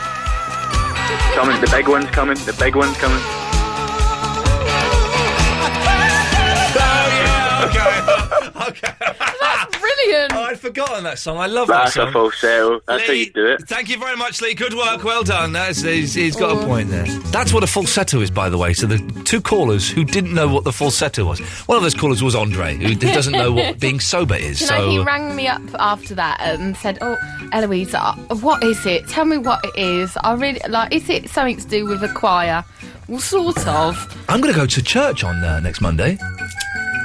Speaker 14: Coming, the big one's coming, the big one's coming.
Speaker 1: Brilliant. Oh, I'd forgotten that song. I love
Speaker 14: That's
Speaker 1: that
Speaker 14: a
Speaker 1: song.
Speaker 14: falsetto. That's how you do it.
Speaker 1: Thank you very much, Lee. Good work. Well done. That's, he's, he's got a point there. That's what a falsetto is, by the way. So the two callers who didn't know what the falsetto was. One of those callers was Andre, who d- doesn't know what being sober is.
Speaker 2: You know,
Speaker 1: so uh,
Speaker 2: he rang me up after that and said, "Oh, Eloise, uh, what is it? Tell me what it is. I really like. Is it something to do with a choir? Well, sort of.
Speaker 1: I'm going to go to church on uh, next Monday.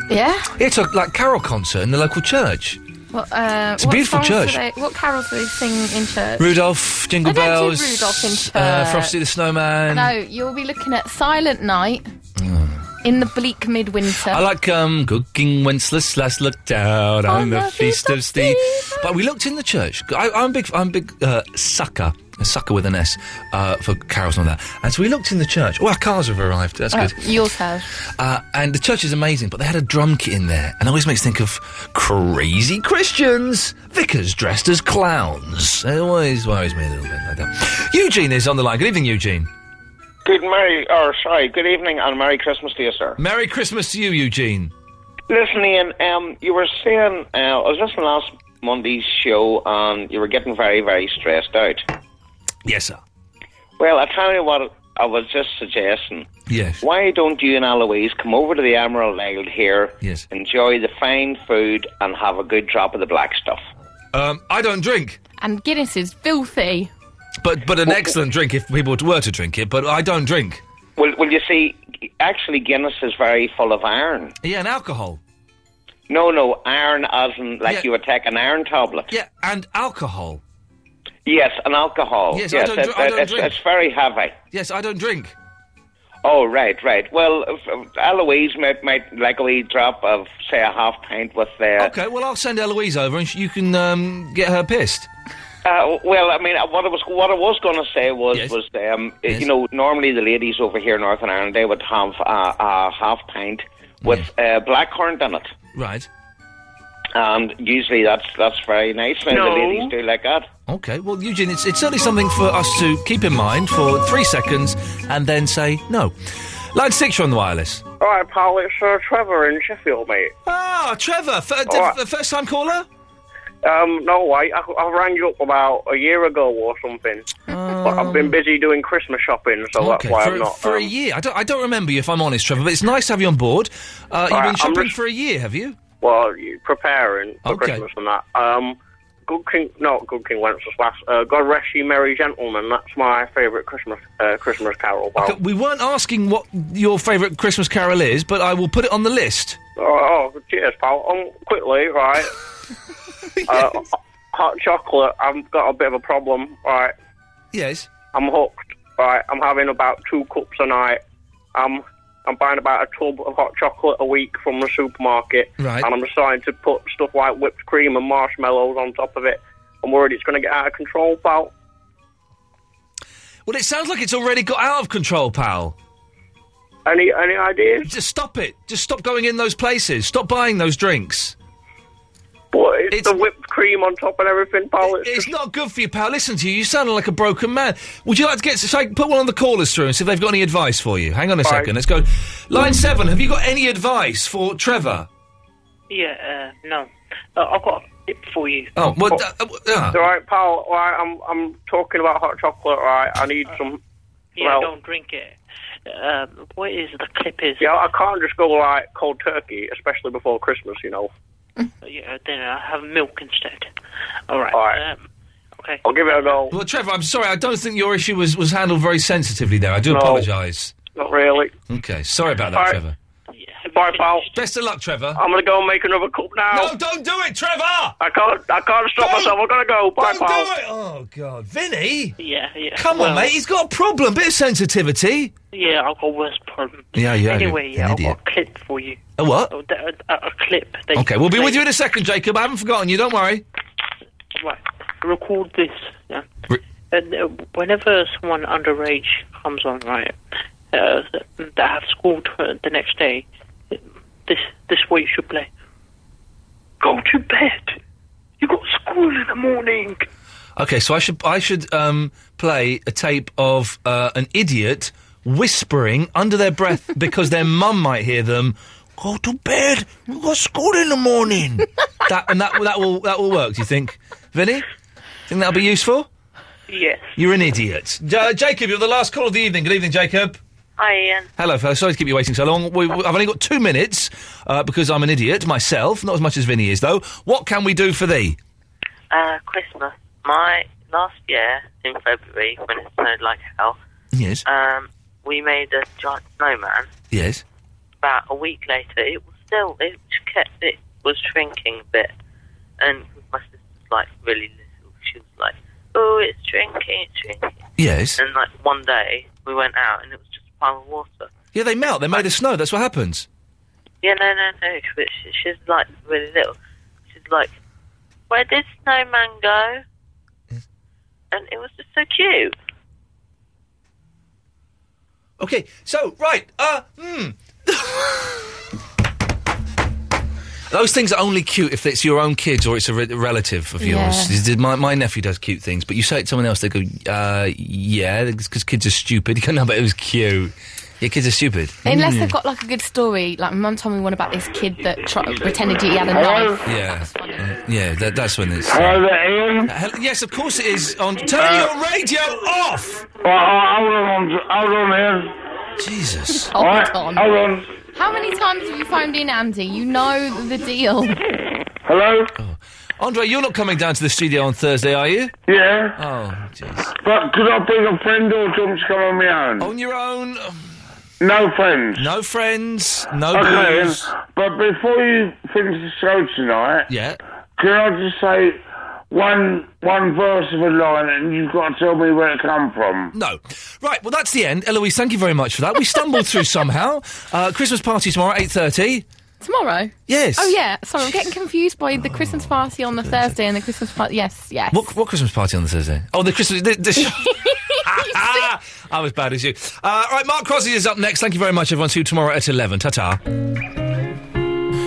Speaker 2: Yeah.
Speaker 1: It's a like carol concert in the local church.
Speaker 2: What, uh,
Speaker 1: It's a
Speaker 2: what
Speaker 1: beautiful
Speaker 2: songs do
Speaker 1: church.
Speaker 2: They, what carols do they sing in church?
Speaker 1: Rudolph, Jingle
Speaker 2: I don't do
Speaker 1: Bells,
Speaker 2: Rudolph in church.
Speaker 1: Uh, Frosty the Snowman.
Speaker 2: no, you'll be looking at Silent Night in the bleak midwinter.
Speaker 1: I like um, cooking Wenceslas last looked out on the feast of Steve. But we looked in the church. I, I'm big. I'm big uh, sucker. A sucker with an S uh, for carols and all that. And so we looked in the church. Oh, our cars have arrived. That's
Speaker 2: Uh,
Speaker 1: good.
Speaker 2: yours has.
Speaker 1: Uh, and the church is amazing, but they had a drum kit in there, and it always makes think of crazy Christians, vicars dressed as clowns. It always worries me a little bit like that. Eugene is on the line. Good evening, Eugene.
Speaker 9: Good Merry, or sorry, good evening and Merry Christmas to you, sir.
Speaker 1: Merry Christmas to you, Eugene.
Speaker 9: Listen, Ian, um, you were saying, uh, I was listening last Monday's show and you were getting very, very stressed out.
Speaker 1: Yes, sir.
Speaker 9: Well, I tell you what, I was just suggesting.
Speaker 1: Yes.
Speaker 9: Why don't you and Eloise come over to the Emerald Isle here,
Speaker 1: Yes.
Speaker 9: enjoy the fine food, and have a good drop of the black stuff?
Speaker 1: Um, I don't drink,
Speaker 2: And Guinness is filthy.
Speaker 1: but but an excellent drink if people were to drink it. But I don't drink.
Speaker 9: Well, well, you see, actually, Guinness is very full of iron.
Speaker 1: Yeah, and alcohol.
Speaker 9: No, no, iron as in like
Speaker 1: Yeah.
Speaker 9: you would take an iron tablet.
Speaker 1: Yeah, and alcohol.
Speaker 9: Yes, and alcohol.
Speaker 1: Yes, I don't
Speaker 9: it-
Speaker 1: dr- I don't
Speaker 9: it's,
Speaker 1: drink.
Speaker 9: it's very heavy.
Speaker 1: Yes, I don't drink.
Speaker 9: Oh, right, right. Well, if- if Eloise might, might like a wee drop of, say, a half pint with uh, the.
Speaker 1: Okay, well, I'll send Eloise over and sh- you can um, get her pissed.
Speaker 9: Uh, well, I mean, uh, what I was what I was going to say was was um, uh, you know normally the ladies over here in Northern Ireland they would have a, a half pint with uh, blackcurrant in it,
Speaker 1: Right.
Speaker 9: and usually that's that's very nice. Now
Speaker 1: No.
Speaker 9: the ladies do like that.
Speaker 1: Okay, well, Eugene, it's, it's certainly something for us to keep in mind for three seconds and then say no. Line six, you're on the wireless.
Speaker 28: All right, pal, it's uh, Trevor in Sheffield, mate.
Speaker 1: Ah, Trevor, f- d- f- first time caller?
Speaker 28: Um, no, wait, I, I rang you up about a year ago or something. But I've been busy doing Christmas shopping, so that's
Speaker 1: Oh. okay,
Speaker 28: why
Speaker 1: for,
Speaker 28: I'm not.
Speaker 1: for
Speaker 28: um,
Speaker 1: a year. I don't, I don't remember you, if I'm honest, Trevor, but it's nice to have you on board. Uh,
Speaker 28: Alright,
Speaker 1: you've been
Speaker 28: I'm
Speaker 1: shopping
Speaker 28: just-
Speaker 1: for a year, have you?
Speaker 28: Well, you- preparing for
Speaker 1: Okay.
Speaker 28: Christmas and that. Um, Good King, no, Good King Wenceslas. Uh, God rest you, merry gentlemen. That's my favourite Christmas uh, Christmas carol. Pal.
Speaker 1: Okay, we weren't asking what your favourite Christmas carol is, but I will put it on the list.
Speaker 28: Oh, oh, cheers, pal. Um, quickly, right. uh, ho- hot chocolate. I've got a bit of a problem, right.
Speaker 1: Yes.
Speaker 28: I'm hooked, right. I'm having about two cups a night. I'm I'm buying about a tub of hot chocolate a week from the supermarket,
Speaker 1: Right.
Speaker 28: and I'm starting to put stuff like whipped cream and marshmallows on top of it. I'm worried it's going to get out of control, pal.
Speaker 1: Well, it sounds like it's already got out of control, pal.
Speaker 28: Any any ideas?
Speaker 1: Just stop it. Just stop going in those places. Stop buying those drinks.
Speaker 28: But it's, the whipped cream on top and everything, pal. It's,
Speaker 1: It's not good for you, pal. Listen to you. You sound like a broken man. Would you like to get? Shall I put one of the callers through and see if they've got any advice for you? Hang on a
Speaker 28: All right.
Speaker 1: second. Let's go. Line seven. Have you got any advice for Trevor?
Speaker 28: Yeah, uh, no. Uh, I've got a tip for you.
Speaker 1: Oh, well, uh, uh, uh.
Speaker 28: Right, pal, right, I'm, I'm talking about hot chocolate, right? I need some.
Speaker 6: Yeah,
Speaker 28: well,
Speaker 6: don't drink it. Um, what is the Clippers?
Speaker 28: Yeah, I can't just go, like, cold turkey, especially before Christmas, you know.
Speaker 11: Uh,
Speaker 6: Yeah, then I have milk instead.
Speaker 28: All right. All right.
Speaker 11: um,
Speaker 6: Okay.
Speaker 28: I'll give it a go.
Speaker 1: Well, Trevor, I'm sorry. I don't think your issue was, was handled very sensitively there. I do
Speaker 28: No.
Speaker 1: apologise.
Speaker 28: Not really.
Speaker 1: Okay, sorry about that,
Speaker 28: All right.
Speaker 1: Trevor.
Speaker 28: Bye, pal.
Speaker 1: Best of luck, Trevor.
Speaker 28: I'm going to go and make another cup now.
Speaker 1: No, don't do it, Trevor! I
Speaker 28: can't, I can't stop myself. I'm going to go. Bye,
Speaker 1: Don't
Speaker 28: pal.
Speaker 1: do it! Oh, God. Vinny?
Speaker 6: Yeah, yeah.
Speaker 1: Come on,
Speaker 6: well,
Speaker 1: mate. He's got a problem. Bit of sensitivity.
Speaker 6: Yeah, I've got worse problem.
Speaker 1: Yeah, yeah,
Speaker 6: Anyway,
Speaker 1: you're
Speaker 6: yeah,
Speaker 1: an
Speaker 6: I've
Speaker 1: idiot.
Speaker 6: got a clip for you.
Speaker 1: A what?
Speaker 6: Oh, that- A, a clip. That you
Speaker 1: Okay,
Speaker 6: can
Speaker 1: we'll be
Speaker 6: play.
Speaker 1: with you in a second, Jacob. I haven't forgotten you. Don't worry.
Speaker 6: Right. Record this. Yeah.
Speaker 1: Re-
Speaker 6: and uh, whenever someone underage comes on, right, uh, that have school t- the next day, this this way you should play.
Speaker 11: Go to bed. You got school in the morning.
Speaker 1: Okay, so I should I should um, play a tape of uh, an idiot whispering under their breath because their mum might hear them. Go to bed. You got school in the morning. that and that that will that will work. Do you think, Vinny? Think that'll be useful?
Speaker 6: Yes.
Speaker 1: You're an idiot, J- Jacob. You're the last call of the evening. Good evening, Jacob.
Speaker 6: Hi, Ian.
Speaker 1: Hello, fellas. Sorry to keep you waiting so long. We, we- I've only got two minutes uh, because I'm an idiot myself. Not as much as Vinny is, though. What can we do for thee?
Speaker 6: Uh, Christmas. My last year in February, when it snowed like hell,
Speaker 1: Yes.
Speaker 6: um, we made a giant snowman.
Speaker 1: Yes.
Speaker 6: About a week later, it was still it kept it was shrinking a bit, and my sister's like really little. She was like, "Oh, it's shrinking, it's shrinking."
Speaker 1: Yes.
Speaker 6: And like one day, we went out and it was just a pile of water.
Speaker 1: Yeah, they melt. They're made of snow. That's what happens.
Speaker 6: Yeah, no, no, no. But she, she's like really little. She's like, "Where did snowman go?" And it was just so cute.
Speaker 1: Okay, so right, uh, hmm. Those things are only cute if it's your own kids or it's a re- relative of yours.
Speaker 14: Yeah.
Speaker 1: This is- My, my nephew does cute things, but you say it to someone else, they go, uh, yeah, because kids are stupid. You go, no, but it was cute. Yeah, kids are stupid.
Speaker 2: Unless
Speaker 1: Mm.
Speaker 2: they've got like a good story, like my mum told me one about this kid that tr- pretended he had a knife.
Speaker 1: Yeah, yeah, that, that's when it's.
Speaker 14: Hello
Speaker 1: Uh, hel- yes, of course it is. On turn your radio off.
Speaker 14: Well, Uh,
Speaker 1: uh,
Speaker 14: hold on, hold on here.
Speaker 1: Jesus.
Speaker 2: Hold
Speaker 14: Alright,
Speaker 2: on.
Speaker 14: Hold on.
Speaker 2: How many times have you phoned in, Andy? You know the deal.
Speaker 1: Hello? Oh. Andre, you're not coming down to the studio on Thursday, are you?
Speaker 14: Yeah.
Speaker 1: Oh, jeez. Oh,
Speaker 14: But could I bring a friend or do you want me to come on my own?
Speaker 1: On your own?
Speaker 14: No friends.
Speaker 1: No friends, no
Speaker 14: okay,
Speaker 1: booze.
Speaker 14: But before you finish the show tonight,
Speaker 1: yeah.
Speaker 14: can I just say one one verse of a line, and you've got to tell me where it come from.
Speaker 1: No. Right, well, that's the end. Eloise, thank you very much for that. We stumbled through somehow. Uh, Christmas party tomorrow, 8.30.
Speaker 2: Tomorrow?
Speaker 1: Yes.
Speaker 2: Oh, yeah. Sorry, I'm getting confused by the Christmas party on the Thursday and the Christmas party. Yes, yes.
Speaker 1: What, what Christmas party on the Thursday? Oh, the Christmas... The, the I'm as bad as you. Uh, all right, Mark Crosby is up next. Thank you very much, everyone. See you tomorrow at 11. Ta-ta.